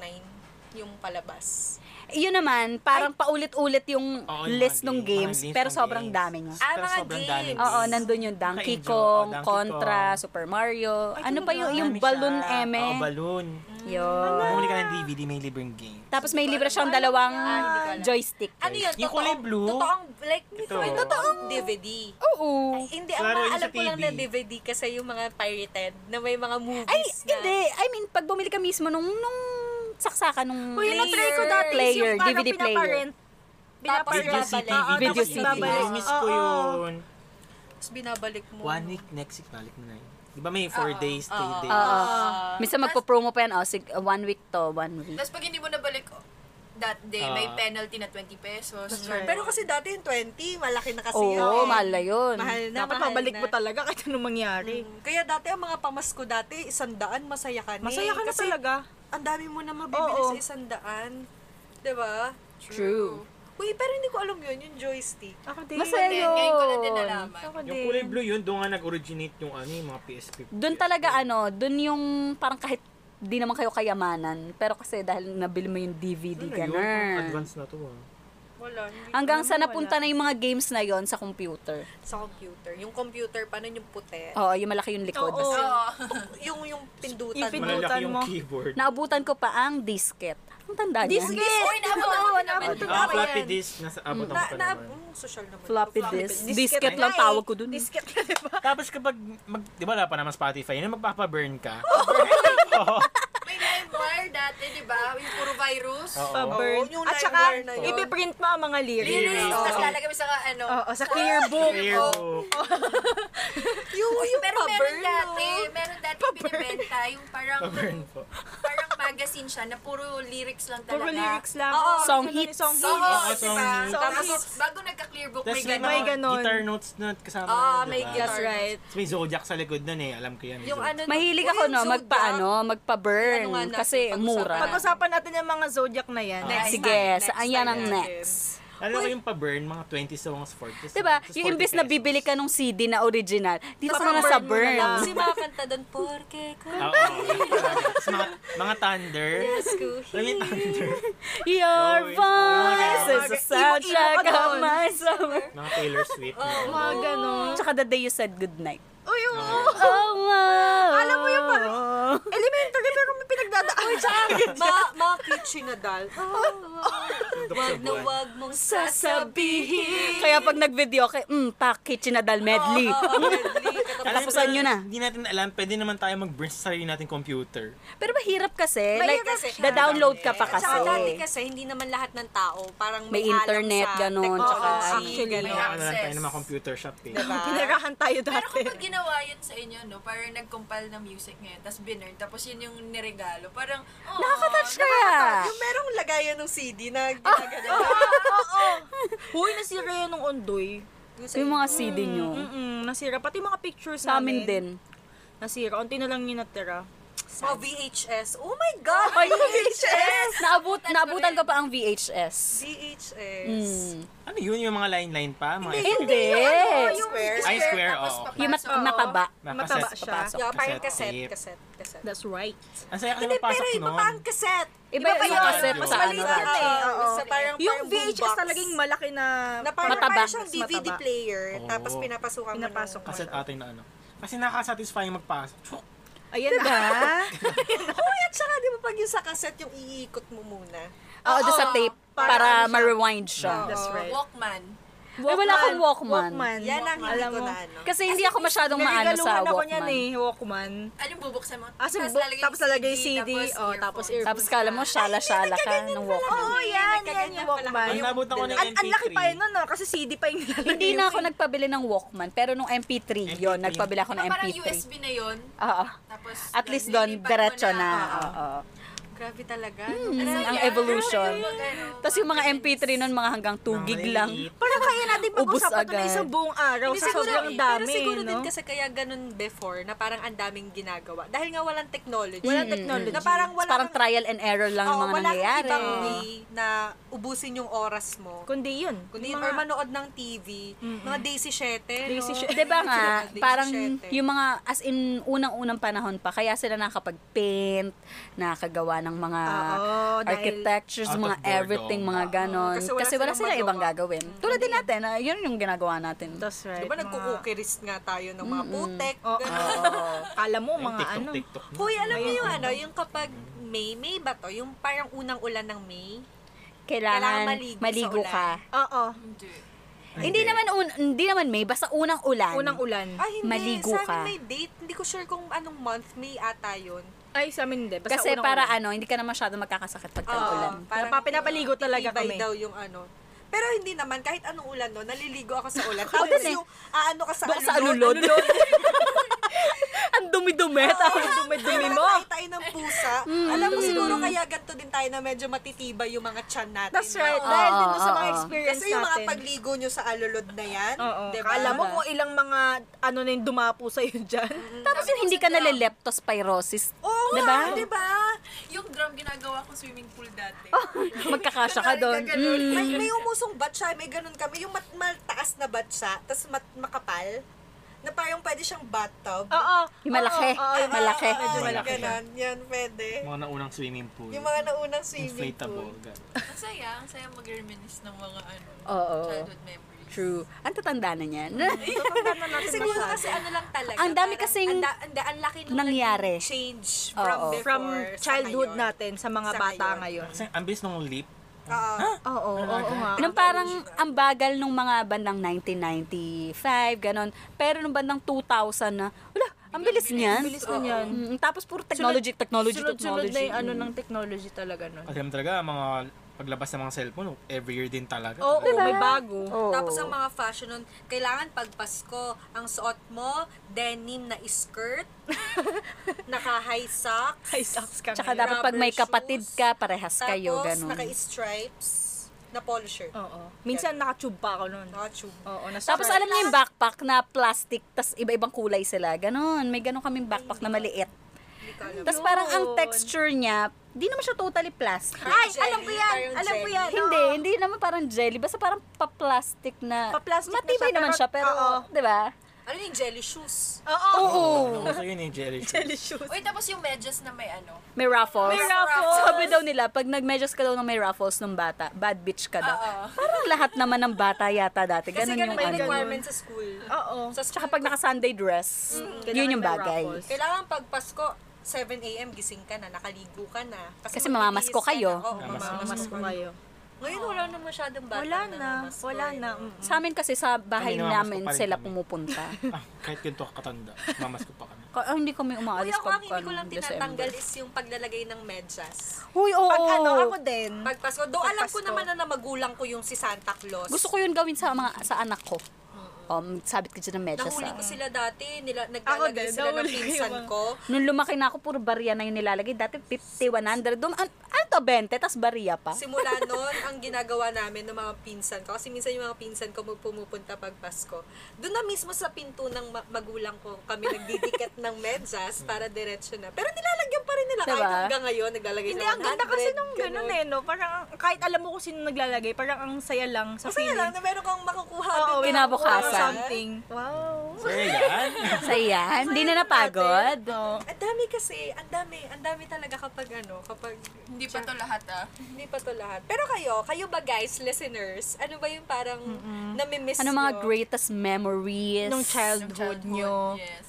yung palabas.
Yun naman, parang paulit-ulit yung
Oo, yung
list
mga
ng
game,
games.
mga list
Pero
ng
sobrang
games.
dami niya.
Ah,
Pero
mga
sobrang daming
games.
Oo, nandun yung Donkey
Nakaenjoy.
Kong,
Oo, oh, Donkey
Contra,
Kong.
Super Mario. ano pa yung,
Marami
yung
siya.
Balloon
Oo,
Eme?
balloon.
Mm.
Yun.
Bumili ka ng DVD, may libreng game.
Tapos may libre siyang dalawang joystick.
Ano yun?
Yung kulay
Totoong-
blue?
Totoong, like,
Ito.
may totoong DVD.
Oo.
Ay, hindi, ang
Laro yun sa
alam ko lang
TV.
na DVD kasi yung mga pirated na may mga movies
Ay,
na.
hindi. I mean, pag bumili ka mismo nung, nung saksakan nung
Uy, na-try ko dati is
player,
yung parang
DVD player.
pinaparent. Pinaparent.
Video
Tapos
City,
babalik.
Video
Video
City.
City. Miss ko yun.
Tapos binabalik mo.
One week, next week, balik mo na yun. Di ba may four days, three
Oo.
days?
Ah.
Minsan magpo-promo pa yan. Oh, sig- uh, one week to, one week.
Tapos pag hindi mo nabalik oh, that day,
Ah.
may penalty na 20 pesos. Or-
Pero kasi dati yung 20, malaki na kasi
Oo,
yun. eh.
oh, mahal na yun.
Mahal na,
Dapat
mahal
mabalik
na. Mm.
mo talaga kahit anong mangyari.
Kaya dati ang mga pamasko dati, isandaan, masaya ka na. eh.
Masaya ka na
Kasi
talaga.
Ang dami mo na mabibili
Oo.
sa isandaan. Diba?
True.
Uy, pero hindi ko alam yun, yung joystick.
Ako din.
Masaya
Then, ngayon ko lang din
yun.
nalaman.
Ako
Yung kulay blue yun, doon nga nag-originate yung ano, yung mga PSP.
Doon talaga ano, doon yung parang kahit di naman kayo kayamanan. Pero kasi dahil nabili mo yung DVD,
Ano yun?
ganun.
Advance na to ah.
Wala, hindi
Hanggang sa napunta na yung mga games na yon sa computer.
sa computer. Yung computer, paano yung puti?
Oo, yung malaki yung likod.
Oo.
Oo.
Yung, yung pindutan.
Yung pindutan.
mo.
Malalaki yung
mo.
keyboard.
Naabutan ko pa ang disket. Ang tanda niya.
Disket!
Uy, naabot ako naman.
Ah,
naabot Tama
floppy disk, nasa abot
Na,
ako pa
na,
naman.
mm, social naman.
Floppy disk. Disket lang tawag ko dun.
Disket ka, diba?
Tapos kapag, mag, di ba wala pa naman Spotify, yun, magpapaburn ka.
May LimeWire dati, di ba? Yung puro virus.
Oo.
Pa-burn.
Oo, yung
At
line
saka,
wire na yun.
ipiprint mo ang mga lyrics.
Lyrics, tapos lalagay mo sa ka- ano.
Oo, sa clear book.
Yearbook.
Yung, yung
Pero meron
pa-burn,
dati,
no?
meron dati binibenta yung parang,
Paburn po.
parang magazine siya na puro lyrics lang talaga.
Puro lyrics lang.
Oo,
Song
ganun,
hits.
Song
Oo,
hits.
Ah,
Oo,
oh, diba?
song
Tapos
hits.
bago nagka-clear book,
Tapos
may
may
ganun.
may
mga
ganon.
guitar notes na kasama.
Ah,
yun,
may
diba?
guitar.
That's right.
Tapos May Zodiac sa likod nun eh. Alam ko yan. may
Yung
Zodiac.
ano,
Mahilig
oh,
ako
yung
no,
Zodiac.
magpaano, magpa-burn.
Ano nga natin,
kasi
pag-usapan
mura.
natin.
Pag-usapan natin yung mga zodiac na yan.
Next
Sige,
time,
sa
next
ayan
time
ang
natin.
next.
Alam ko yung pa-burn, mga 20 songs, 40 songs.
Diba?
Tapos
Yung
40
imbes na
pesos.
bibili ka nung CD na original, dito
Tapos
ka na
ang
sa
burn mo na
burn.
lang.
Kasi mga kanta doon, porque ko
Oo. Tapos mga, mga thunder.
skuhi.
Alam mo yung thunder?
Your
Oh, yun.
voice
Oh,
is the soundtrack
Imo-imo ka
of
doon.
my summer.
Mga Taylor Swift. Oh,
Mga ganon.
Tsaka the day you said goodnight.
Uy, oo.
Oh, wow.
Alam mo yung parang elementary pero may pinagdadaan. Uy,
Ma, mga kitchen na dal. Wag na wag mong
sasabihin. Kaya pag nag-video kay, mm, pa, kitchen na dal medley. Katapusan nyo na.
Hindi natin alam, pwede naman tayo mag-burn sa sarili nating computer.
Pero mahirap kasi.
Mahirap
like,
siya.
da-download ka pa kasi.
Tsaka dati kasi, hindi naman lahat ng tao parang
eh. May
may, alam
internet,
sa
ganun,
technology,
tsaka
actually,
Ano,
ganun.
May
ano lang tayo
access.
ng mga computer shop eh.
Diba?
Pinagahan tayo
Pero
dati.
kapag ginawa yun sa inyo, no, parang nag-compile ng music ngayon, tapos binern, tapos yun yung niregalo, parang, oh,
Nakakatouch kaya.
Yung merong lagayan ng CD na ginagano.
Uy, nasira yun nung ondoy.
Yung mga CD nyo.
Mm, Mm-mm, nasira. Pati mga pictures
Sa amin din.
Nasira. Unti na lang yun natira.
Oh, VHS. Oh my God!
Ay, VHS! Naabot, naabutan
rin.
ko pa ang VHS. Hmm.
VHS.
Ano yun? Yung mga line-line pa? Mga
Hindi.
Oh, Square.
Ay, square,
tapos
oo.
papasok.
Yung mat- mataba.
Mga
Mataba
kaset-
siya.
Papasok.
Yeah, parang
Cassette
cassette,
tape.
cassette, cassette.
That's right.
Ang saya kasi
Hindi, pero
napasok
iba
nun.
pa ang cassette.
Iba,
pa
yung
yun.
cassette
Mas
sa
maliit
ano.
yun eh.
Oo.
Oo, Sa parang,
Yung
parang
VHS
boombox.
talagang malaki na...
na parang,
Mataba.
parang siyang
Mas
DVD
mataba.
player,
Oo.
tapos pinapasukan mo.
Pinapasok
nung-
mo.
Kaset ate na ano. Kasi nakasatisfy yung magpasok. Tsuk!
Ayan na.
Oo, at saka di ba pag yung sa cassette, yung iikot mo muna.
Oo, doon sa tape.
Para ano
Para
siya.
ma-rewind siya.
That's right.
Walkman.
Ay, wala akong Walkman.
Yan ang
Ano, Alam
hindi ko
mo,
na ano.
Kasi hindi ako masyadong maano sa
naligaluhan ako niyan eh,
Walkman.
Walkman.
Anong Ano bubuksan mo?
Ah, so bu- tapos lalagay CD, oh, tapos earphone.
Tapos kala mo, syala-syala ka ng Walkman.
Oo, yan, yan yung Walkman.
Ang nabot ako ng
Ang
MP3.
ang laki pa yun nun, no? kasi CD pa yung nilalagay.
Hindi na ako nagpabili ng Walkman, pero nung MP3, yon
MP3.
nagpabili ako ng
Parang
MP3.
USB na yun.
Oo.
Tapos,
At least doon,
nilipat mo
diretso na.
Oo.
Oo.
Grabe talaga.
Mm,
Ano
ang
yan?
evolution.
Ano yung mga-
Tapos yung mga MP3 nun, mga hanggang 2 gig lang.
Maliit.
Parang kaya natin
Ubus
pag-usapan ito na
agad.
isang buong araw
Hindi,
sa sobrang dami,
Pero siguro
no?
din kasi kaya ganun before na parang ang daming ginagawa. Dahil nga walang technology.
Walang technology.
Na parang wala
parang
kang-
trial and error lang
Oo,
yung mga
wala kang
nangyayari.
ibang way na ubusin yung oras mo.
Kundi yun.
Kundi
Yung
or manood ng TV. Mga Daisy 7.
Daisy
no?
Siete.
Diba nga,
Daisy
parang
Siete.
yung mga as in unang-unang panahon pa, kaya sila nakakapag-paint, nakakagawa ng mga
Oo, dahil-
architectures,
Out of
mga
boredom.
everything, mga ganon.
kasi
kasi
wala
wala,
silang
silang
magawa.
ibang gagawin. Tulad din natin, ah, yun yung ginagawa natin.
That's right.
Diba
mga-
nagkukukiris nga tayo ng mga putek.
Oo.
ganun.
Kala mo
Yung
mga ano.
TikTok, TikTok.
Kuya, alam niyo yung ano, yung kapag May, May ba to? Yung parang unang ulan ng May? Kailangan
Kailangan,
maligo
maligo,
sa ulan.
ka.
Oo.
Hindi.
Hindi naman un- hindi naman May, basta unang ulan.
Unang ulan.
Ay, hindi.
Maligo
sa amin
ka.
may date. Hindi ko sure kung anong month. May ata yun.
Ay, sa amin hindi. Basta
Kasi
unang
para
ulan.
ano, hindi ka na masyado magkakasakit pag
Oo,
ulan.
Ah, parang
Napapinapaligo talaga
titibay
kami.
daw yung ano. Pero hindi naman, kahit anong ulan no, naliligo ako sa ulan.
Ako
Tapos
din eh.
yung aano ka sa ano
Baka sa
alulod.
alulod. Ang dumi-dumi. tapos
dumi-dumi mo. Mm.
Parang tayo ng pusa. Alam mo siguro kaya ganito din tayo na medyo matitibay yung mga tiyan natin.
That's
no?
right.
Oo,
Dahil din doon sa
oo,
mga
oo.
experience
Kasi yung mga diba?
natin.
pagligo nyo sa alulod na yan,
Oo.
di ba?
Kala mo kung ilang mga ano na yung dumapo sa'yo dyan.
tapos yung hindi ka nale-leptospirosis.
Oo nga,
Diba?
diba?
Yung drum ginagawa ko swimming pool dati.
Magkakasya ka doon.
Ganun.
Mm.
May, may umusong batsa, may ganun kami. Yung mat mataas na batsa, tapos mat makapal, na parang pwede siyang bathtub.
Oo.
Yung malaki.
Oo, oo,
malaki.
Oo,
Medyo
yung
malaki.
Ganun, yan, pwede.
Mga naunang swimming pool.
Yung mga naunang swimming
Inflatable.
pool.
ganun.
Ang saya, ang saya mag-reminis ng mga ano,
Oo.
childhood memories.
True. Ang tatanda na niyan.
Siguro kasi ano lang talaga.
Ang dami
parang
kasing
ang, da- ang, da- ang laki nung
nangyari.
naging change from
Oo.
before
From
sa
childhood
ngayon.
natin sa mga
Sa
bata
ngayon.
ngayon.
Kasi ang bilis nung leap.
Oo.
Oo, oo, oo nga.
Nung parang ang bagal nung mga bandang 1995, ganon. Pero nung bandang 2000 na, wala, ang bilis niyan.
Bilis na niyan.
Mm, tapos puro technology, technology,
Sunod-sunod
technology.
na yung ano ng technology talaga nun.
Kasi naman talaga, mga paglabas ng mga cellphone, every year din talaga.
Oo,
Talaga.
may bago.
Oo.
Tapos ang mga fashion nun, kailangan pag Pasko, ang suot mo, denim na skirt, naka-high socks,
High socks ka
Tsaka
ngayon.
dapat pag may
rubber
kapatid
shoes,
ka, parehas
tapos
kayo, ganon.
naka-stripes na polo shirt.
Oo. Minsan nakatube pa ako nun.
Naka-tube.
Oo, nasa
Tapos alam niyo yung backpack na plastic, tas iba-ibang kulay sila. Ganon, may ganon kaming backpack na maliit.
Hindi ko alam.
Tapos parang ang texture niya, di naman siya totally plastic.
Ay,
Jelly,
alam ko yan!
parang
Alam ko
jelly.
yan!
Hindi, hindi naman parang jelly. Basta parang pa-plastic na.
Pa-plastic na
Matibay
siya,
naman
pero-
siya, pero,
oo.
di ba?
Ano yung jelly shoes?
Oo!
Oo.
Ano yun eh, Jerry?
Jelly shoes.
Uy, tapos yung medyas na may ano.
May ruffles.
May ruffles.
Sabi daw nila, pag nagmedyas ka daw ng may ruffles nung bata, bad bitch ka daw.
Oo.
Parang lahat naman ng bata yata dati.
Kasi
Ganun
ganun
yung
may
ano.
requirement sa school.
Oo.
Sa school,
Tsaka pag naka-Sunday dress,
Kailangan
yun yung
Mm. may
bagay.
ruffles.
kailangan pag Pasko, 7 a.m. gising ka na, nakaligo ka na.
Kasi
matitiis
mamamasko
ka na.
kayo.
Oo,
Mamamasko.
mamamasko.
Mas kumayo.
Ngayon wala na masyadong bata
Wala na.
namamasko,
Wala
eh,
na.
no?
mm.
Sa amin kasi sa bahay
Kami namamasko
namin
pa rin
sila
kami.
pumunta.
Ah, kahit ganito ka katanda, mamas ko pa kami.
Ka- ah, hindi kami
Uy,
umaalis
ako
pag
ang hindi ko
ano,
lang tinatanggal is yung paglalagay ng medyas.
December. Uy, oo.
Pag ano, ako din.
Pag Pasko, though
Pag
alam ko
Pasko.
naman na na magulang ko yung si Santa Claus.
Gusto ko yun gawin sa mga sa anak ko. Um, sabit ko dyan ng medyas.
Nahuli
ah.
ko sila dati, nila, naglalagay
din,
sila ng
nahuli ko yung
pinsan
mga-
ko.
Nung lumaki na ako, puro bariya na yung nilalagay. Dati 50, 100. Dum, an, ano to, 20? Tapos bariya pa.
Simula noon, ang ginagawa namin ng mga pinsan ko, kasi minsan yung mga pinsan ko mu- pumupunta pag Pasko, doon na mismo sa pinto ng ma- magulang ko, kami nagdidikit ng medyas para diretsyo na. Pero nilalagyan pa rin nila
Diba?
kahit hanggang ngayon, naglalagay
Hindi,
sila
ang ganda kasi
100,
nung ganun eh, no? Parang kahit alam mo kung sino naglalagay, parang ang saya lang sa
Masaya
feeling.
lang na meron kang makukuha
Oo,
din.
Kinabukasan.
or Something. Wow.
So, yan.
Sa yan. Hindi na napagod.
Oo.
Ang dami kasi, ang dami, ang dami talaga kapag ano, kapag
Hindi pa to lahat ah.
hindi pa to lahat. Pero kayo, kayo ba guys, listeners, ano ba yung parang namimiss
Ano mga
nyo?
greatest memories?
Nung
Yung
childhood nyo.
Yes.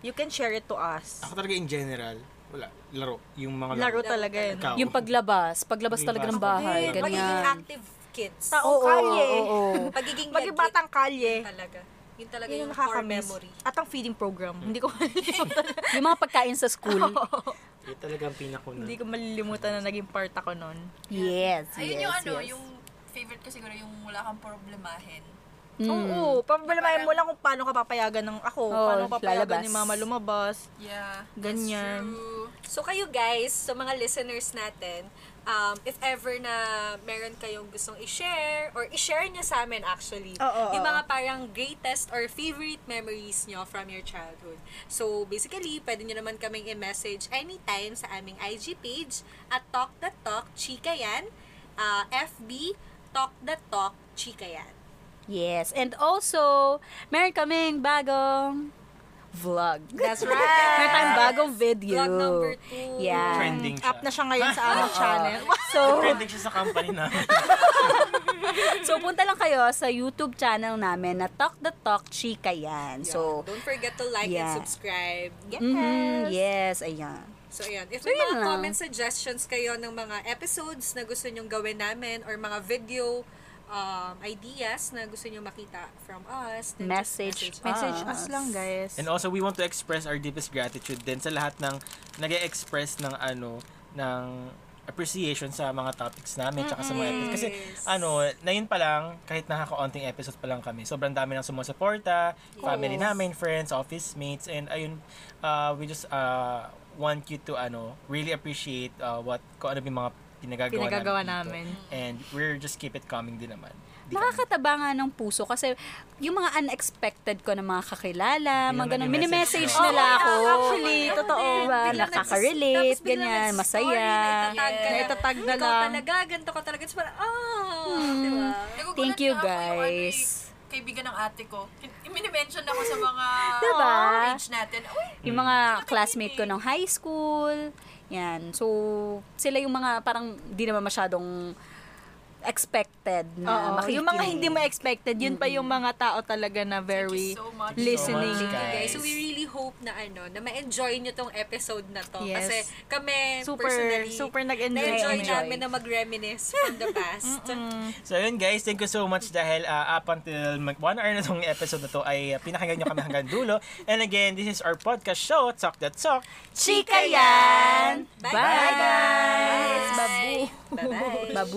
You can share it to us.
Ako talaga in general, wala, laro. Yung mga laro.
Laro talaga yun.
Ikaw.
Yung paglabas. Paglabas
Paglabas.
talaga ng bahay.
Ako din.
Magiging
Ganyan.
active kids.
Taong
Oo,
kalye.
oo, oo.
Pagiging
Maging
gadget.
batang kalye.
talaga. Yun talaga
Yun
yung,
yung
core
nakakamiss.
memory.
At ang feeding program.
Hmm.
Hindi ko malilimutan.
Yung mga pagkain sa school.
Yun talaga ang pinakuna.
Hindi ko malilimutan na naging part ako nun.
Yes,
Ayun
yes,
yung ano,
yes.
yung favorite ko siguro yung wala kang problemahin.
Mm.
Oo, papabalamayan mo lang kung paano ka papayagan ng ako.
Oo,
paano ka
lalabas.
papayagan ni mama lumabas.
Yeah.
Ganyan.
That's true.
So kayo guys, sa mga listeners natin, um, if ever na meron kayong gustong i-share or i-share nyo sa amin actually,
Oo,
yung
oo.
mga parang greatest or favorite memories nyo from your childhood. So basically, pwede nyo naman kaming i-message anytime sa aming IG page at Talk the Talk Chika yan, ah, FB Talk the Talk Chika yan.
Yes. And also, meron kaming bagong vlog.
That's right.
meron tayong bagong video.
Vlog number two.
Yeah.
Trending siya. Ah.
Up na siya ngayon sa aming channel.
So,
Trending siya sa company namin.
so punta lang kayo sa YouTube channel namin na Talk the Talk Chika yan.
Yeah.
So,
don't forget to like
yeah.
and subscribe. Yes.
mhm, yes, ayan.
So, ayan. If
So,
may
yun
mga
lang.
comment suggestions kayo ng mga episodes na gusto nyong gawin namin or mga video um, ideas na gusto nyong makita from us, then just
Message.
message us.
Message
us.
us lang, guys.
And also, we want to express our deepest gratitude din sa lahat ng nag express ng ano, ng appreciation sa mga topics namin tsaka sa mga episodes. Kasi
Yes.
ano, na yun pa lang, kahit nakakaunting episodes pa lang kami, sobrang dami ng sumusuporta, family namin, friends, office mates, and ayun, uh, we just uh, want you to ano, really appreciate uh, what, kung ano yung mga pinagagawa,
Pinagagawa
namin. dito. And we're just keep it coming din naman. Di kami-
Nakakataba nga ng puso kasi yung mga unexpected ko na mga kakilala, mga
Yun ang
ganun,
nag-message
mini-message
Oh,
na.
nila
Oo,
ako.
actually, totoo.
Diba?
Biglang nagsis-
Nakaka-relate,
tapos biglang
ganyan,
nag-story,
masaya.
Naitatag ka
Yes.
na.
Naitatag na
Ikaw
lang.
talaga, ganito ka talaga. Tapos parang, oh,
Hmm.
di ba?
Nagugulat
Thank you,
nga ako yung ano eh,
guys.
kaibigan ng ate ko. Minimension ako sa mga
Diba?
page natin. Uy,
Yung mga classmate ko ng high school, yan. So, sila yung mga parang di naman masyadong expected
Oo,
na makikinig.
yung mga hindi mo expected, yun pa yung mga tao talaga na very
Thank you so much.
listening.
Thank you so much,
Okay, so we really hope na ano, na ma-enjoy nyo tong episode na to.
Yes.
Kasi kami,
Super,
personally,
super nag-enjoy
na-enjoy
kami.
namin na mag-reminisce from the past.
So yun guys, thank you so much dahil uh, up until mag one hour na tong episode na to ay uh, pinakinggan nyo kami hanggang dulo. And again, this is our podcast show, Talk That Talk.
Chika yan!
Bye-bye,
Bye, guys! Babu!
guys! Bye-bye!
Babu!